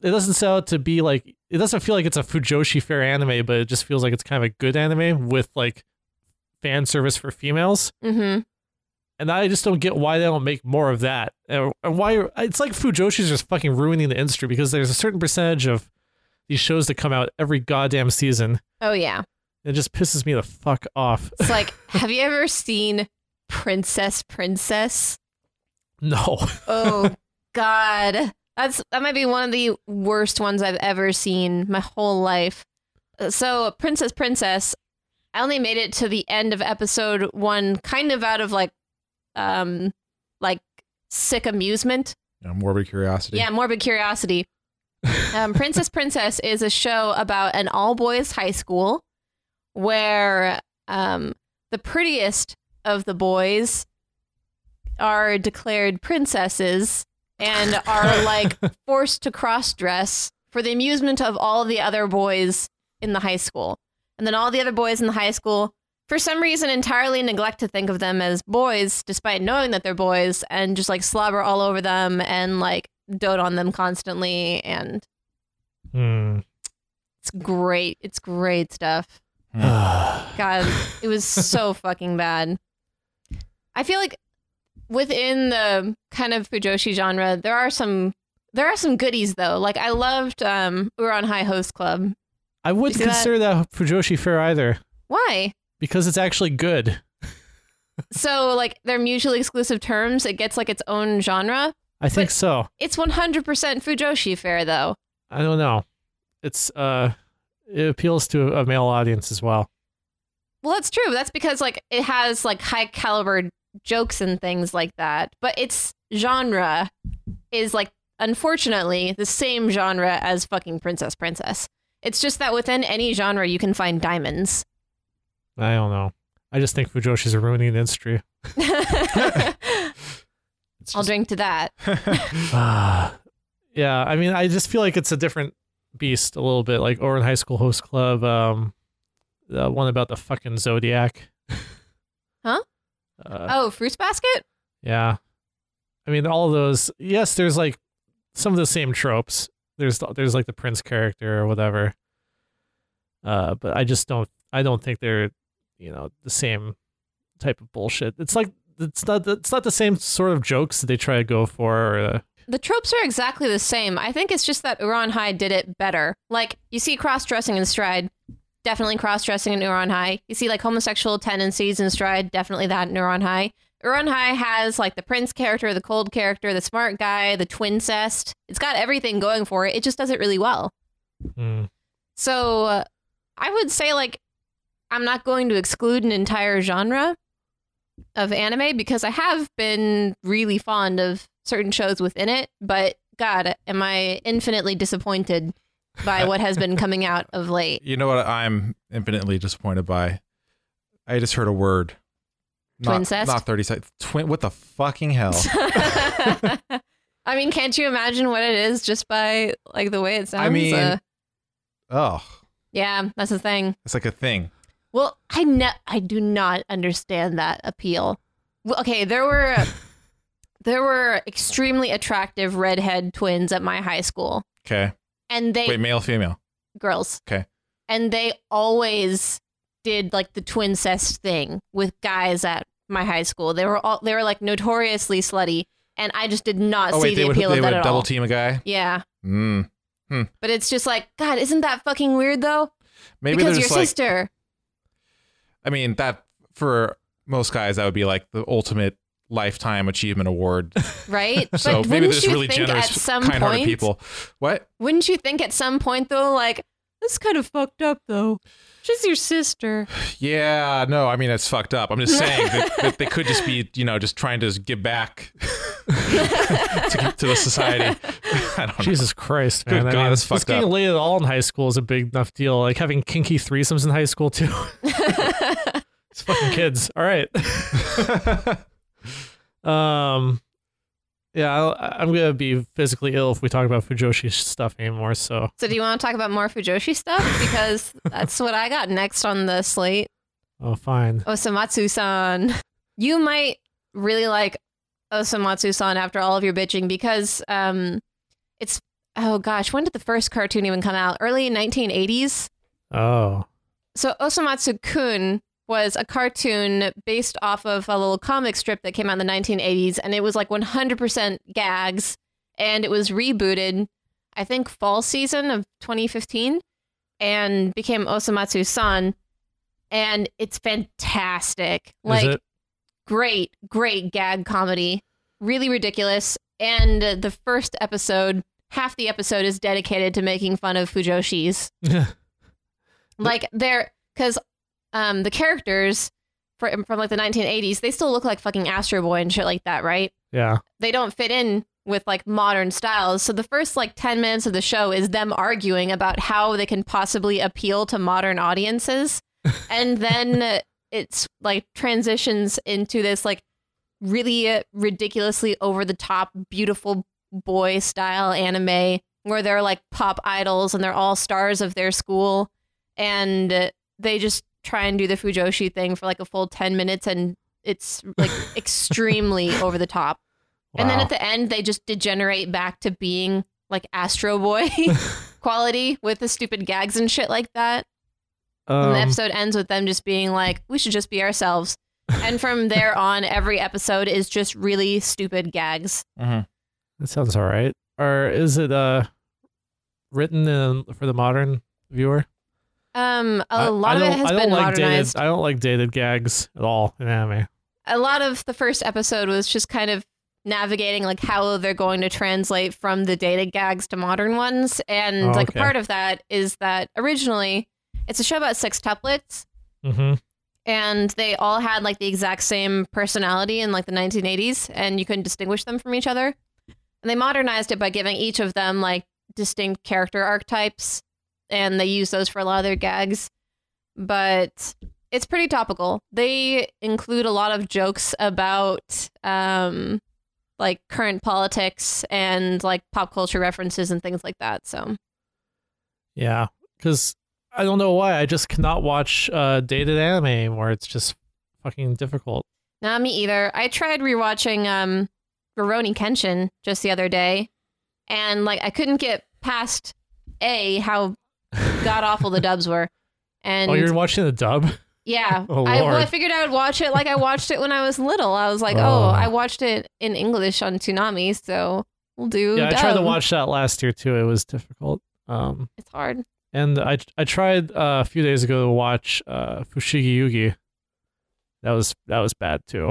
it doesn't set out to be like it doesn't feel like it's a Fujoshi fair anime, but it just feels like it's kind of a good anime with like fan service for females
Mm-hmm.
and I just don't get why they don't make more of that. And and why it's like Fujoshi's just fucking ruining the industry because there's a certain percentage of these shows that come out every goddamn season.
Oh yeah.
It just pisses me the fuck off.
It's like, have you ever seen Princess Princess?
No,
Oh God, that's that might be one of the worst ones I've ever seen my whole life. Uh, So Princess Princess, I only made it to the end of episode one, kind of out of like, um, like sick amusement.
You know, morbid curiosity.
Yeah, morbid curiosity. Um, Princess Princess is a show about an all boys high school where um, the prettiest of the boys are declared princesses and are like forced to cross dress for the amusement of all the other boys in the high school. And then all the other boys in the high school, for some reason, entirely neglect to think of them as boys, despite knowing that they're boys, and just like slobber all over them and like dote on them constantly. And
Hmm.
it's great. It's great stuff. God, it was so fucking bad. I feel like within the kind of Fujoshi genre, there are some there are some goodies though. Like I loved um Uran High Host Club.
I wouldn't
See that-
consider that Fujoshi fair either
Why?
because it's actually good.
So like they're mutually exclusive terms. It gets like its own genre.
I think
But-
so.
It's 100% Fujoshi fair though.
I don't know. It's uh, it appeals to a male audience as well.
Well, that's true. That's because like it has like high caliber jokes and things like that. But its genre is like unfortunately the same genre as fucking Princess Princess. It's just that within any genre you can find diamonds.
I don't know. I just think Fujoshi's ruining the industry.
I'll drink to that.
Ah, yeah, I mean, I just feel like it's a different beast a little bit. Like Oren High School Host Club, um, the one about the fucking zodiac.
Huh?
Uh,
Oh, fruits basket?
Yeah, I mean, all of those. Yes, there's like some of the same tropes. There's the- there's like the prince character or whatever. Uh, but I just don't. I don't think they're, you know, the same type of bullshit. It's like it's not. It's not the same sort of jokes that they try to go for. Or, uh,
The tropes are exactly the same. I think it's just that Uran High did it better. Like you see cross dressing in Stride, definitely cross dressing in Uran High. You see like homosexual tendencies in Stride, definitely that in Uran High. Uran High has like the prince character, the cold character, the smart guy, the twin cest. It's got everything going for it. It just does it really well.
hmm.
So uh, I would say like I'm not going to exclude an entire genre of anime because I have been really fond of certain shows within it, but god, am I infinitely disappointed by what has been coming out of late.
You know what I'm infinitely disappointed by? I just heard a word. Not,
Twincest?
Not 30 seconds. Twin, what the fucking hell?
I mean, can't you imagine what it is just by like the way it sounds?
I mean,
Uh,
oh,
yeah, that's the thing.
it's like a thing.
Well, I ne- I do not understand that appeal. Well, Okay, there were there were extremely attractive redhead twins at my high school,
Okay.
and they
Wait, male, female.
girls.
Okay.
and they always did like the twin cest thing with guys at my high school. They were all they were like notoriously slutty, and I just did not
Oh,
see
wait,
the
they would,
appeal
they
of that
would
at
double
all.
team a guy?
yeah,
Mm.
but it's just like God, isn't that fucking weird though?
Maybe
because
they're
your
just like,
sister.
I mean, that for most guys, that would be like the ultimate lifetime achievement award.
right?
So
but
maybe
wouldn't
there's
you
really
think
generous,
at some
kind-hearted
point,
people. What?
Wouldn't you think at some point though, like this is kind of fucked up though? She's your sister.
Yeah, no, I mean that's fucked up. I'm just saying that, that they could just be, you know, just trying to give back to, to the society. I don't know.
Jesus Christ, man!
Good
I
God,
mean,
that's
just
fucked
getting
up.
laid at all in high school is a big enough deal. Like having kinky threesomes in high school too. it's fucking kids. All right. um, yeah, I'll, I'm gonna be physically ill if we talk about Fujoshi stuff anymore. So
So do you want to talk about more Fujoshi stuff? Because that's what I got next on the slate.
Oh, fine.
Osamatsu-san. You might really like Osamatsu-san after all of your bitching because um it's oh gosh, when did the first cartoon even come out? Early 1980s?
Oh,
So Osamatsu Kun was a cartoon based off of a little comic strip that came out in the 1980s, and it was like 100% gags, and it was rebooted, I think, fall season of 2015, and became Osamatsu San, and it's fantastic. Like,
is it?
great, great gag comedy, really ridiculous. And uh, the first episode, half the episode is dedicated to making fun of Fujoshis like they're because um the characters from from like the 1980s they still look like fucking Astro Boy and shit like that right
yeah.
they don't fit in with like modern styles so the first like 10 minutes of the show is them arguing about how they can possibly appeal to modern audiences and then uh, it's like transitions into this like really ridiculously over the top beautiful boy style anime where they're like pop idols and they're all stars of their school and uh, they just try and do the fujoshi thing for like a full 10 minutes and it's like extremely over the top and then
Wow.
at the end they just degenerate back to being like astro boy quality with the stupid gags and shit like that and the
Um,
episode ends with them just being like, we should just be ourselves. And from there on, every episode is just really stupid gags.
that sounds all right. Or is it uh written in, for the modern viewer?
Um, a
I- I
lot of it
don't-
has
I don't
been
like
modernized.
Dated, I don't like dated gags at all in anime.
A lot of the first episode was just kind of navigating like how they're going to translate from the dated gags to modern ones. And
Oh,
like
okay.
a part of that is that originally it's a show about sextuplets.
Mm-hmm.
and they all had like the exact same personality in like the 1980s and you couldn't distinguish them from each other and they modernized it by giving each of them like distinct character archetypes and they use those for a lot of their gags but it's pretty topical they include a lot of jokes about um like current politics and like pop culture references and things like that so
Yeah, because I don't know why I just cannot watch uh dated anime anymore. It's just fucking difficult.
Not me either. I tried rewatching um Garoni Kenshin just the other day, and like I couldn't get past a how god awful the dubs were, and
oh, you're watching the dub.
yeah,
Oh,
I, well, I
Lord.
figured I would watch it like I watched it when I was little. I was like, oh,
Oh.
I watched it in English on Tsunami, so we'll do.
yeah, I tried to
dub.
watch that last year too. It was difficult. Um,
It's hard.
and I I tried uh, a few days ago to watch uh, Fushigi Yugi. That was that was bad too.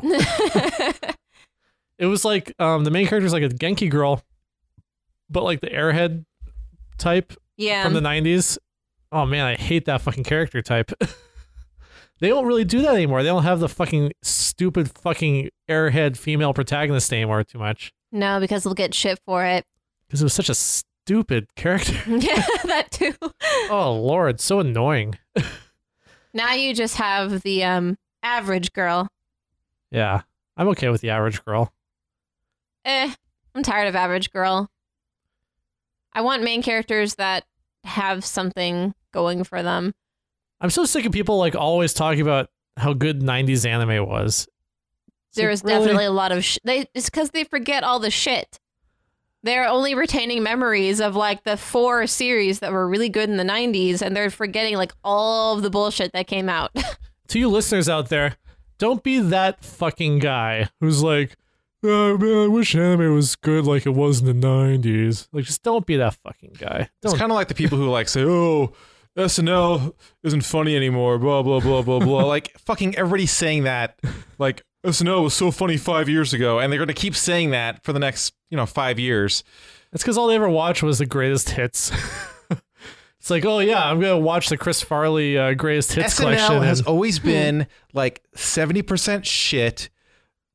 It was like um, the main character is like a Genki girl, but like the airhead type
yeah,
from the '90s. Oh man, I hate that fucking character type. they don't really do that anymore. They don't have the fucking stupid fucking airhead female protagonist anymore too much
no, because we'll get shit for it.
because it was such a stupid character.
yeah, that too.
oh lord, so annoying.
Now you just have the um average girl.
Yeah, I'm okay with the average girl.
eh, I'm tired of average girl. I want main characters that have something going for them.
I'm so sick of people like always talking about how good '90s anime was. It's
There
like,
is
really?
definitely a lot of sh- they. It's because they forget all the shit. They're only retaining memories of like the four series that were really good in the '90s, and they're forgetting like all of the bullshit that came out.
to you listeners out there, don't be that fucking guy who's like, oh man, I wish anime was good like it was in the nineties. Like, just don't be that fucking guy.
It's
Don't-
kind of like the people who like say, "Oh, SNL isn't funny anymore." Blah blah blah blah blah. like fucking everybody saying that. Like SNL was so funny five years ago, and they're gonna keep saying that for the next you know five years.
it's because all they ever watched was the greatest hits. it's like, oh yeah, I'm gonna watch the Chris Farley uh, greatest hits collection.
SNL has
and-
always been like seventy percent shit,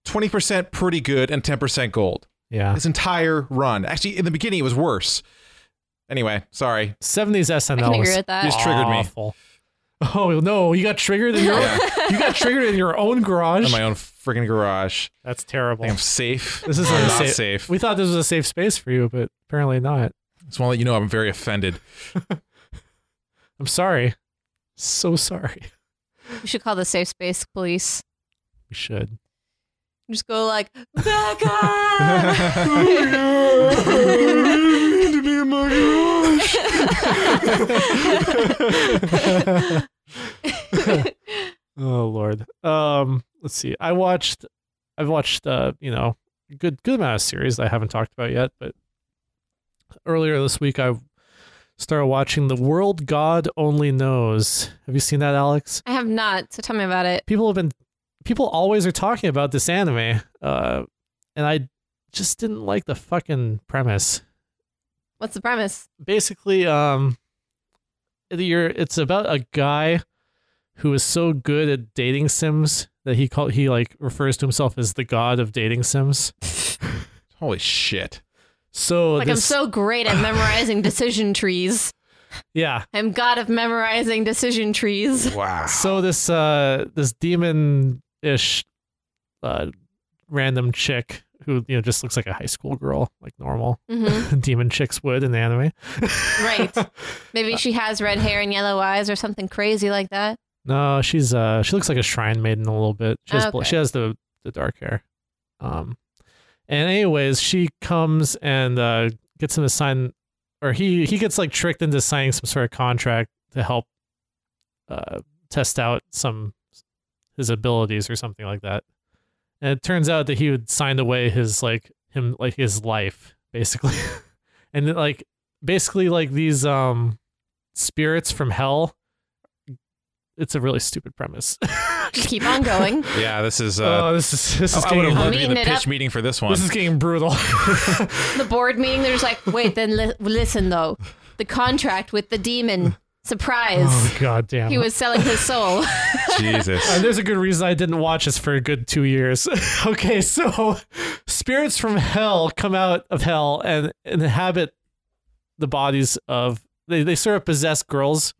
twenty percent pretty good, and ten percent gold.
yeah,
This entire run. Actually, in the beginning, it was worse. Anyway, sorry.
seventies SNL.
I can
was
agree with that.
Just triggered me.
awful. Oh no, you got triggered in your own, you got triggered in your own garage.
In my own freaking garage,
That's terrible.
I think I'm safe.
This is
I'm
not
not
safe.
safe.
We thought this was a safe space for you, but apparently not.
Just want to let you know I'm very offended.
I'm sorry. So sorry.
We should call the safe space police.
We should.
Just go like Becca.
Oh lord. Um, let's see. I watched I've watched uh, you know, a good good amount of series I haven't talked about yet, but earlier this week I started watching The World God Only Knows. Have you seen that, Alex?
I have not. So tell me about it.
people have been people always are talking about this anime uh and i just didn't like the fucking premise
What's the premise?
basically um you're it's about a guy who is so good at dating sims that he call he like refers to himself as the god of dating sims
Holy shit.
so
Like I'm
this,
so great at memorizing decision trees.
yeah
I'm god of memorizing decision trees.
Wow.
so this uh this demon ish uh random chick who you know just looks like a high school girl like normal
hmm
demon chicks would in the anime
Right. Maybe she has red hair and yellow eyes or something crazy like that.
No, she's uh she looks like a shrine maiden a little bit. She has bl-
Okay.
she has the the dark hair. Um and anyways, she comes and uh gets him to sign or he he gets like tricked into signing some sort of contract to help uh test out some his abilities or something like that. And it turns out that he had signed away his like him like his life basically. and then, like basically like these um spirits from hell it's a really stupid premise.
Just keep on going.
Yeah, this is. Uh,
oh, this is this is
I would have
getting
loved to be in
eating
the
it
pitch
up.
meeting for this one.
this is getting brutal. Oh,
The board meeting, they're just like, wait, then li- listen though. The contract with the demon. Surprise.
oh god damn.
He was selling his soul.
Jesus.
there's a good reason I didn't watch this for a good two years. okay, so spirits from hell come out of hell and inhabit the bodies of they, they sort of possess girls.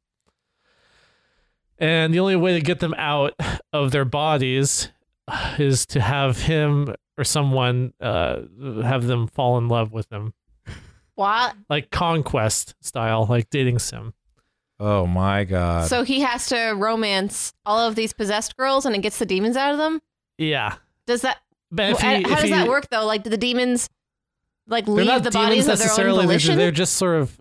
And the only way to get them out of their bodies is to have him or someone uh, have them fall in love with them.
what?
like conquest style, like dating sim.
Oh my god.
So he has to romance all of these possessed girls and it gets the demons out of them?
Yeah.
Does that
But if
Well,
he-
and how
if
does
he-
that work though? Like, do the demons like
They're
leave
not
the
demons
bodies of their own
necessarily. They're ju-
volition?
They're just sort of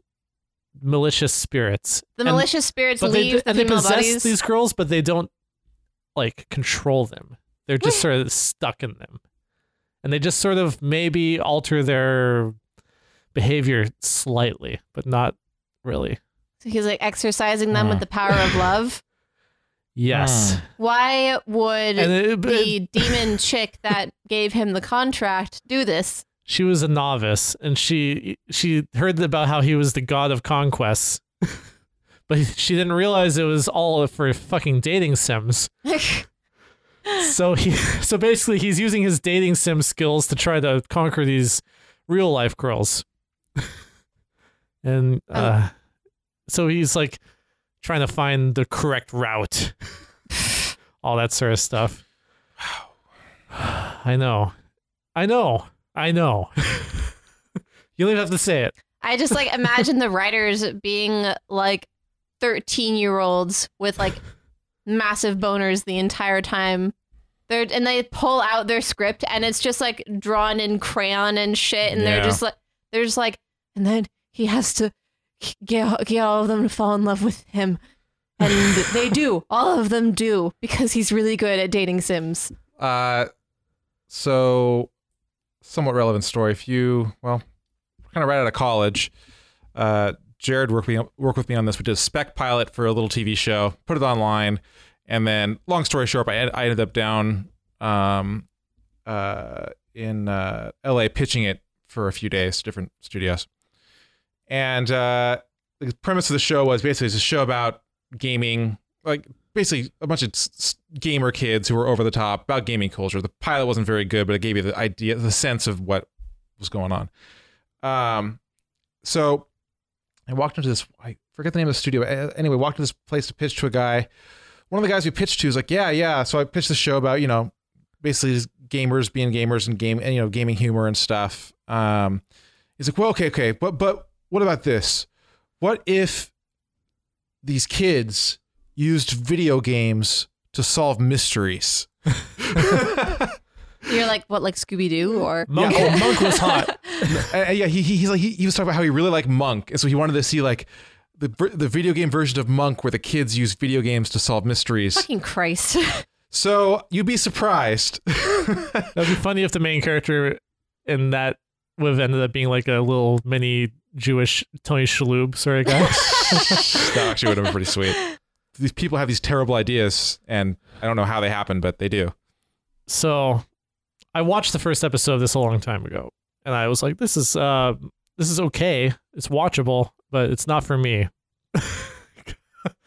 malicious spirits.
the
And-
malicious spirits
but they,
leave the
and they
female
possess
bodies.
these girls, but they don't like control them. They're just sort of stuck in them, and they just sort of maybe alter their behavior slightly, but not really.
So he's like exercising them
Hmm.
with the power of love.
Yes,
Why would
and it, but
the demon chick that gave him the contract do this?
she was a novice, and she she heard about how he was the god of conquests. But she didn't realize it was all for fucking dating sims. so he so basically he's using his dating sim skills to try to conquer these real life girls and uh so he's like trying to find the correct route all that sort of stuff i know i know i know you don't even have to say it
I just like imagine the writers being like 13 year olds with like massive boners the entire time. They're, and they pull out their script and it's just like drawn in crayon and shit. And
Yeah.
they're just like, they're just like, and then he has to get, get all of them to fall in love with him. And they do. All of them do because he's really good at dating Sims.
Uh, so somewhat relevant story. If you well, kind of right out of college, uh, Jared worked me worked with me on this. We did a spec pilot for a little TV show, put it online, and then long story short, I, I ended up down um, uh, in uh, LA pitching it for a few days to different studios, and uh, the premise of the show was basically it's a show about gaming, like basically a bunch of s- s- gamer kids who were over the top about gaming culture. The pilot wasn't very good, but it gave you the idea, the sense of what was going on. Um, so I walked into this, I forget the name of the studio. Uh, Anyway, walked to this place to pitch to a guy. One of the guys we pitched to is like, yeah, yeah. So I pitched the show about, you know, basically just gamers being gamers and game and, you know, gaming humor and stuff. Um, he's like, well, okay, okay. But, but what about this? What if these kids used video games to solve mysteries.
You're like, what, like Scooby Doo? Or
monk, oh, monk was hot
Uh, yeah, he, he he's like he, he was talking about how he really liked Monk, and so he wanted to see like the ver- the video game version of Monk where the kids use video games to solve mysteries.
fucking Christ.
So you'd be surprised.
that'd be funny if the main character in that would have ended up being like a little mini Jewish Tony Shalhoub sort of guy.
that actually would have been pretty sweet. These people have these terrible ideas, and I don't know how they happen, but they do.
so I watched the first episode of this a long time ago, and I was like, "This is uh, this is okay. It's watchable, but it's not for me."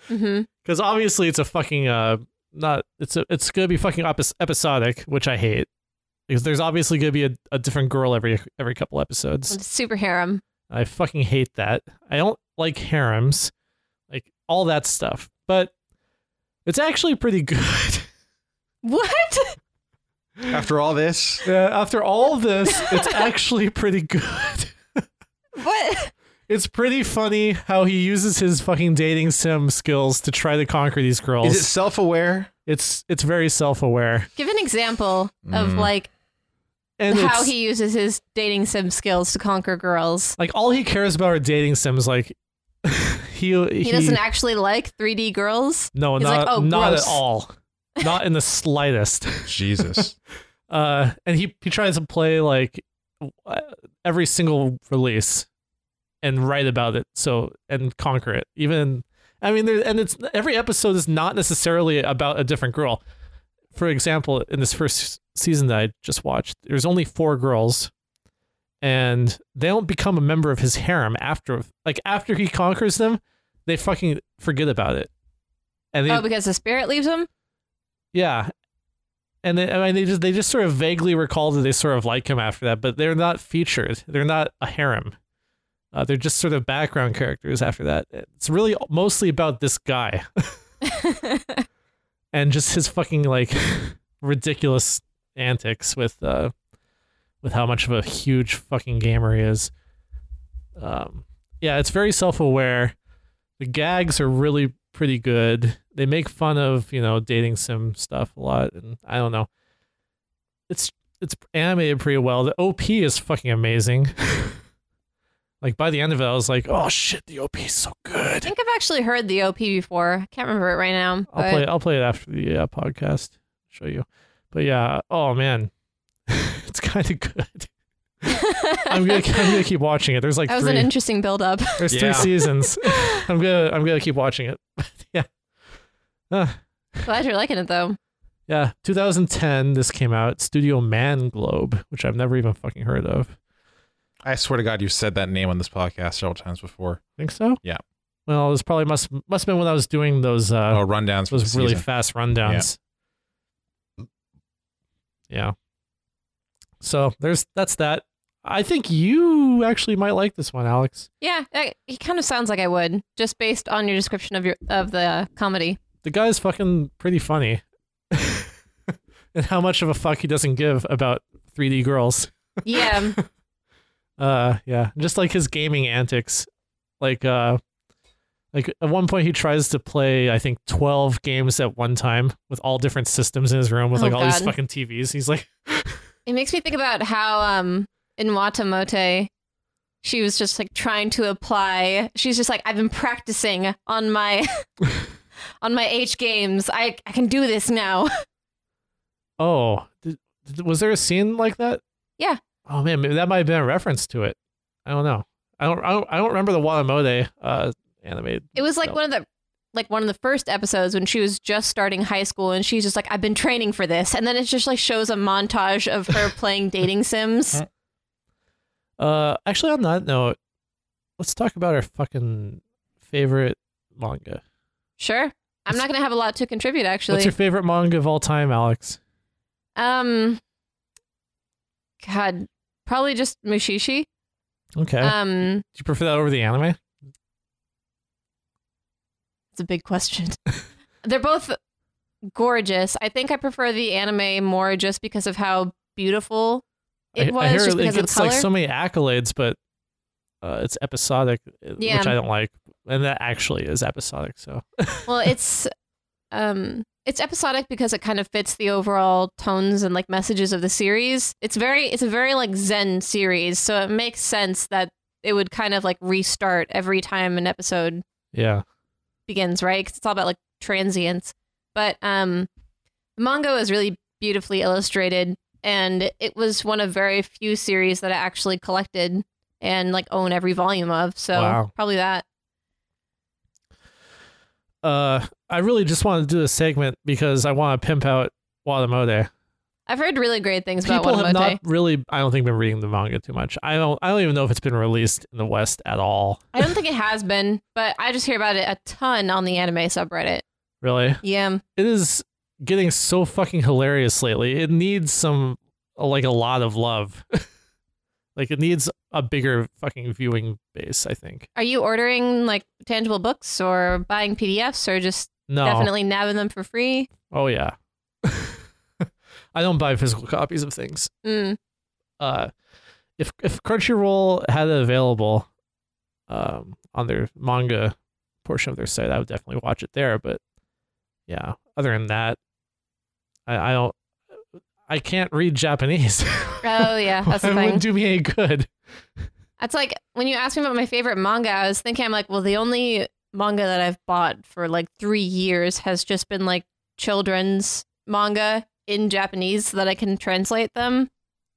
hmm
Because obviously, it's a fucking uh, not it's a, it's gonna be fucking epis episodic, which I hate. Because there's obviously gonna be a, a different girl every every couple episodes.
Super harem.
I fucking hate that. I don't like harems, like all that stuff. But it's actually pretty good.
What?
After all this,
Yeah, after all this, it's actually pretty good.
What?
It's pretty funny how he uses his fucking dating sim skills to try to conquer these girls.
is it self-aware?
it's it's very self aware.
Give an example of
Mm.
like
And
how
it's-
he uses his dating sim skills to conquer girls.
like all he cares about are dating sims. Like he he,
He doesn't actually like 3D girls.
no
he's
not
like, "Oh,
not
gross."
at all, not in the slightest.
Jesus.
Uh, and he he tries to play like uh, every single release and write about it. So and conquer it. Even I mean, there, and it's every episode is not necessarily about a different girl. For example, in this first season that I just watched, there's only four girls, and they don't become a member of his harem after like after he conquers them, they fucking forget about it. And they,
oh, because the spirit leaves him?
yeah. And they, I mean, they just they just sort of vaguely recall that they sort of like him after that, but they're not featured. They're not a harem. Uh, they're just sort of background characters after that. It's really mostly about this guy and just his fucking like ridiculous antics with uh with how much of a huge fucking gamer he is. Um, yeah, it's very self aware. The gags are really pretty good. They make fun of you know dating sim stuff a lot, and I don't know. It's it's animated pretty well. The OP is fucking amazing. like by the end of it, I was like, oh shit, the OP is so
I
good.
think I've actually heard the OP before. I can't remember it right now.
I'll
but-
play. I'll play it after the uh, podcast. Show you. But yeah. Oh man, it's kind of good. I'm gonna, I'm gonna keep watching it. There's like
that was an
three.
interesting build up.
there's three
Yeah.
seasons. I'm gonna I'm gonna keep watching it. yeah. Uh,
Glad you're liking it though.
yeah. 2010. This came out. Studio Man Globe, which I've never even fucking heard of.
I swear to God, you said that name on this podcast several times before.
Think so?
Yeah.
Well, this probably must must have been when I was doing those uh,
oh, rundowns for
those
the
really
season.
fast rundowns. Yeah. So there's that's that. I think you actually might like this one, Alex.
Yeah, I, he kind of sounds like I would, just based on your description of your of the uh, comedy.
The guy's fucking pretty funny. and how much of a fuck he doesn't give about 3D girls.
Yeah, um,
Uh yeah, just like his gaming antics. Like uh like at one point he tries to play I think 12 games at one time with all different systems in his room with
Oh,
like all these
God.
fucking TVs. He's like
it makes me think about how um in Watamote, she was just like trying to apply. She's just like, I've been practicing on my on my H games. I I can do this now.
Oh, did, did- was there a scene like that?
Yeah.
Oh man, maybe that might have been a reference to it. I don't know. I don't. I don't, I don't remember the Wanamode uh animated.
It was like
No.
one of the like one of the first episodes when she was just starting high school and she's just like I've been training for this and then it just like shows a montage of her playing dating sims.
Uh, actually, on that note, let's talk about our fucking favorite manga.
Sure. I'm not going to have a lot to contribute actually.
What's your favorite manga of all time, Alex?
um God, probably just Mushishi.
Okay.
Um
Do you prefer that over the anime?
it's a big question. They're both gorgeous. I think I prefer the anime more just because of how beautiful it
I,
was
I hear
just
it
because of the
gets
color.
like so many accolades, but uh, it's episodic, uh,
Yeah.
which I don't like. And that actually is episodic. So
well it's um it's episodic because it kind of fits the overall tones and like messages of the series it's very it's a very like zen series so it makes sense that it would kind of like restart every time an episode
yeah.
begins right 'Cause it's all about like transience but um the manga was really beautifully illustrated and it was one of very few series that i actually collected and like own every volume of so
Wow.
probably that
uh, I really just want to do this segment because I want to pimp out Wadamode.
i've heard really great things about
People have
Watamote.
not really, I don't think, been reading the manga too much. I don't, I don't even know if it's been released in the West at all.
I don't think it has been, but I just hear about it a ton on the anime subreddit.
Really,
Yeah.
it is getting so fucking hilarious lately. It needs some, like, a lot of love. like, it needs a bigger fucking viewing base. I think.
Are you ordering like tangible books or buying PDFs or just
No.
definitely nabbing them for free?
Oh yeah. I don't buy physical copies of things.
Mm.
uh, if if Crunchyroll had it available um, on their manga portion of their site, I would definitely watch it there. But yeah, other than that, I, I don't. I can't read Japanese.
Oh yeah, that's the
it
thing.
wouldn't do me any good.
That's like when you asked me about my favorite manga, I was thinking I'm like, well, the only manga that I've bought for like three years has just been like children's manga in Japanese so that I can translate them.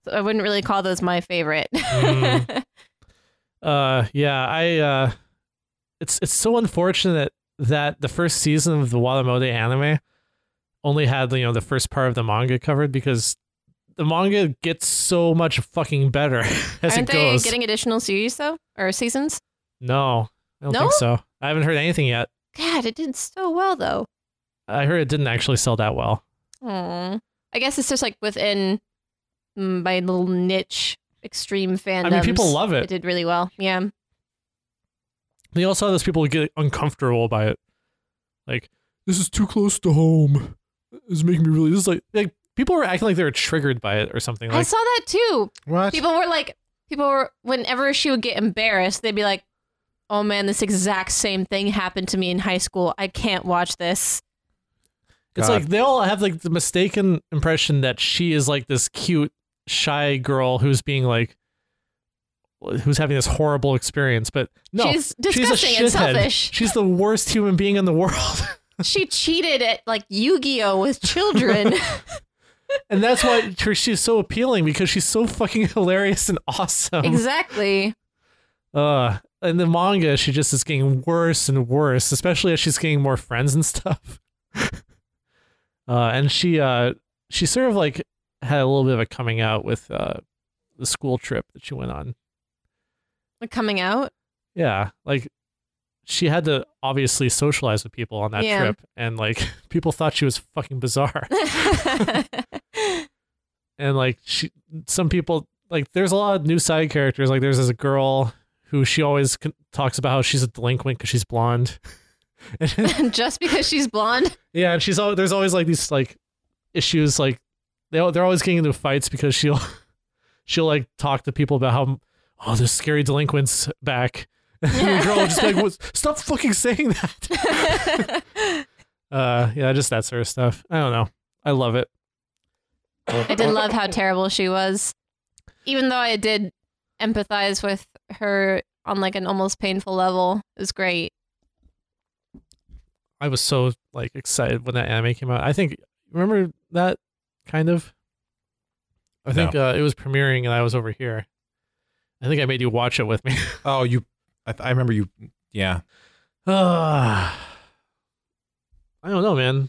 So I wouldn't really call those my favorite.
Mm. Uh, yeah, I. Uh, it's it's so unfortunate that the first season of the Watamode anime only had you know the first part of the manga covered because the manga gets so much fucking better as
Aren't
it
they
goes.
getting additional series though or seasons?
no, I don't
No?
think so. I haven't heard anything yet.
God, it did so well though.
I heard it didn't actually sell that well.
Aww. I guess it's just like within mm, my little niche extreme fandom.
people love it.
It did really well. Yeah.
They also have those people who get uncomfortable by it, like this is too close to home. This is making me really. This is like like people are acting like they were triggered by it or something.
I
Like
saw that too.
What?
People were like people were whenever she would get embarrassed, they'd be like, Oh man, this exact same thing happened to me in high school. I can't watch this.
It's
God.
like they all have like the mistaken impression that she is like this cute shy girl who's being like who's having this horrible experience but no
She's
a
disgusting and
shithead.
selfish.
she's the worst human being in the world
She cheated at like Yu-Gi-Oh with children.
and that's why her, she's so appealing because she's so fucking hilarious and awesome
exactly.
uh in the manga she just is getting worse and worse especially as she's getting more friends and stuff uh and she uh she sort of like had a little bit of a coming out with uh the school trip that she went on
Like coming out.
yeah like she had to obviously socialize with people on that
Yeah.
trip and like people thought she was fucking bizarre and like she some people like there's a lot of new side characters like there's this girl who she always con- talks about how she's a delinquent because she's blonde
Just because she's blonde.
yeah and she's all there's always like these like issues like they, al- they're always getting into fights because she'll she'll like talk to people about how oh there's scary delinquents back and the girl will just be like "What- stop fucking saying that uh yeah just that sort of stuff i don't know i love it
I did love how terrible she was. Even though I did empathize with her on like an almost painful level. It was great.
I was so like excited when that anime came out. I think remember that kind of. I think uh, it was premiering and I was over here. I think I made you watch it with me.
Oh, you. I, I remember you. Yeah.
Ah. I don't know, man.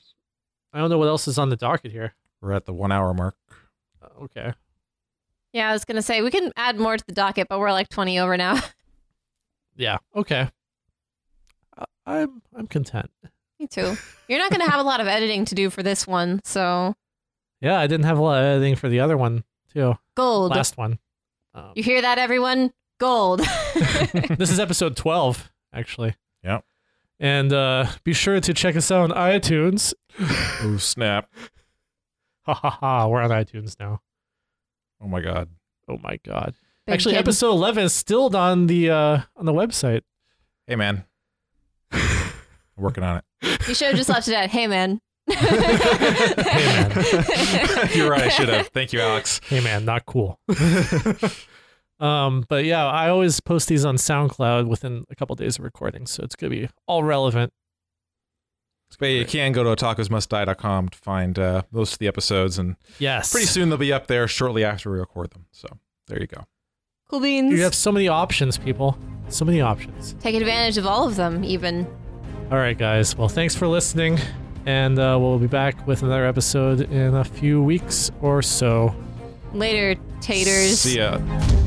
I don't know what else is on the docket here.
We're at the one hour mark.
Uh, Okay.
Yeah, I was gonna say we can add more to the docket, but we're like twenty over now.
Yeah. Okay. I, I'm I'm content.
Me too. You're not gonna have a lot of editing to do for this one, so
Yeah, I didn't have a lot of editing for the other one too.
gold.
Last one. Um,
You hear that, everyone? Gold.
this is episode 12 actually
Yep.
and uh be sure to check us out on itunes
Oh snap!
ha ha ha we're on itunes now
Oh my god.
oh my god
Big
actually
kid.
episode 11 is still on the uh on the website
Hey man. I'm working on
You should have just left it at, hey man.
it. You're right. I should have. Thank you, Alex.
hey man not cool um but yeah i always post these on soundcloud within a couple days of recording so it's gonna be all relevant
But you can go to otakusmustdie.com to find uh, most of the episodes, and
yes
pretty soon they'll be up there shortly after we record them. So there you go.
cool beans.
you have so many options people so many options
Take advantage of all of them, even.
All right, guys. Well, thanks for listening, and uh, we'll be back with another episode in a few weeks or so.
Later, taters.
See ya.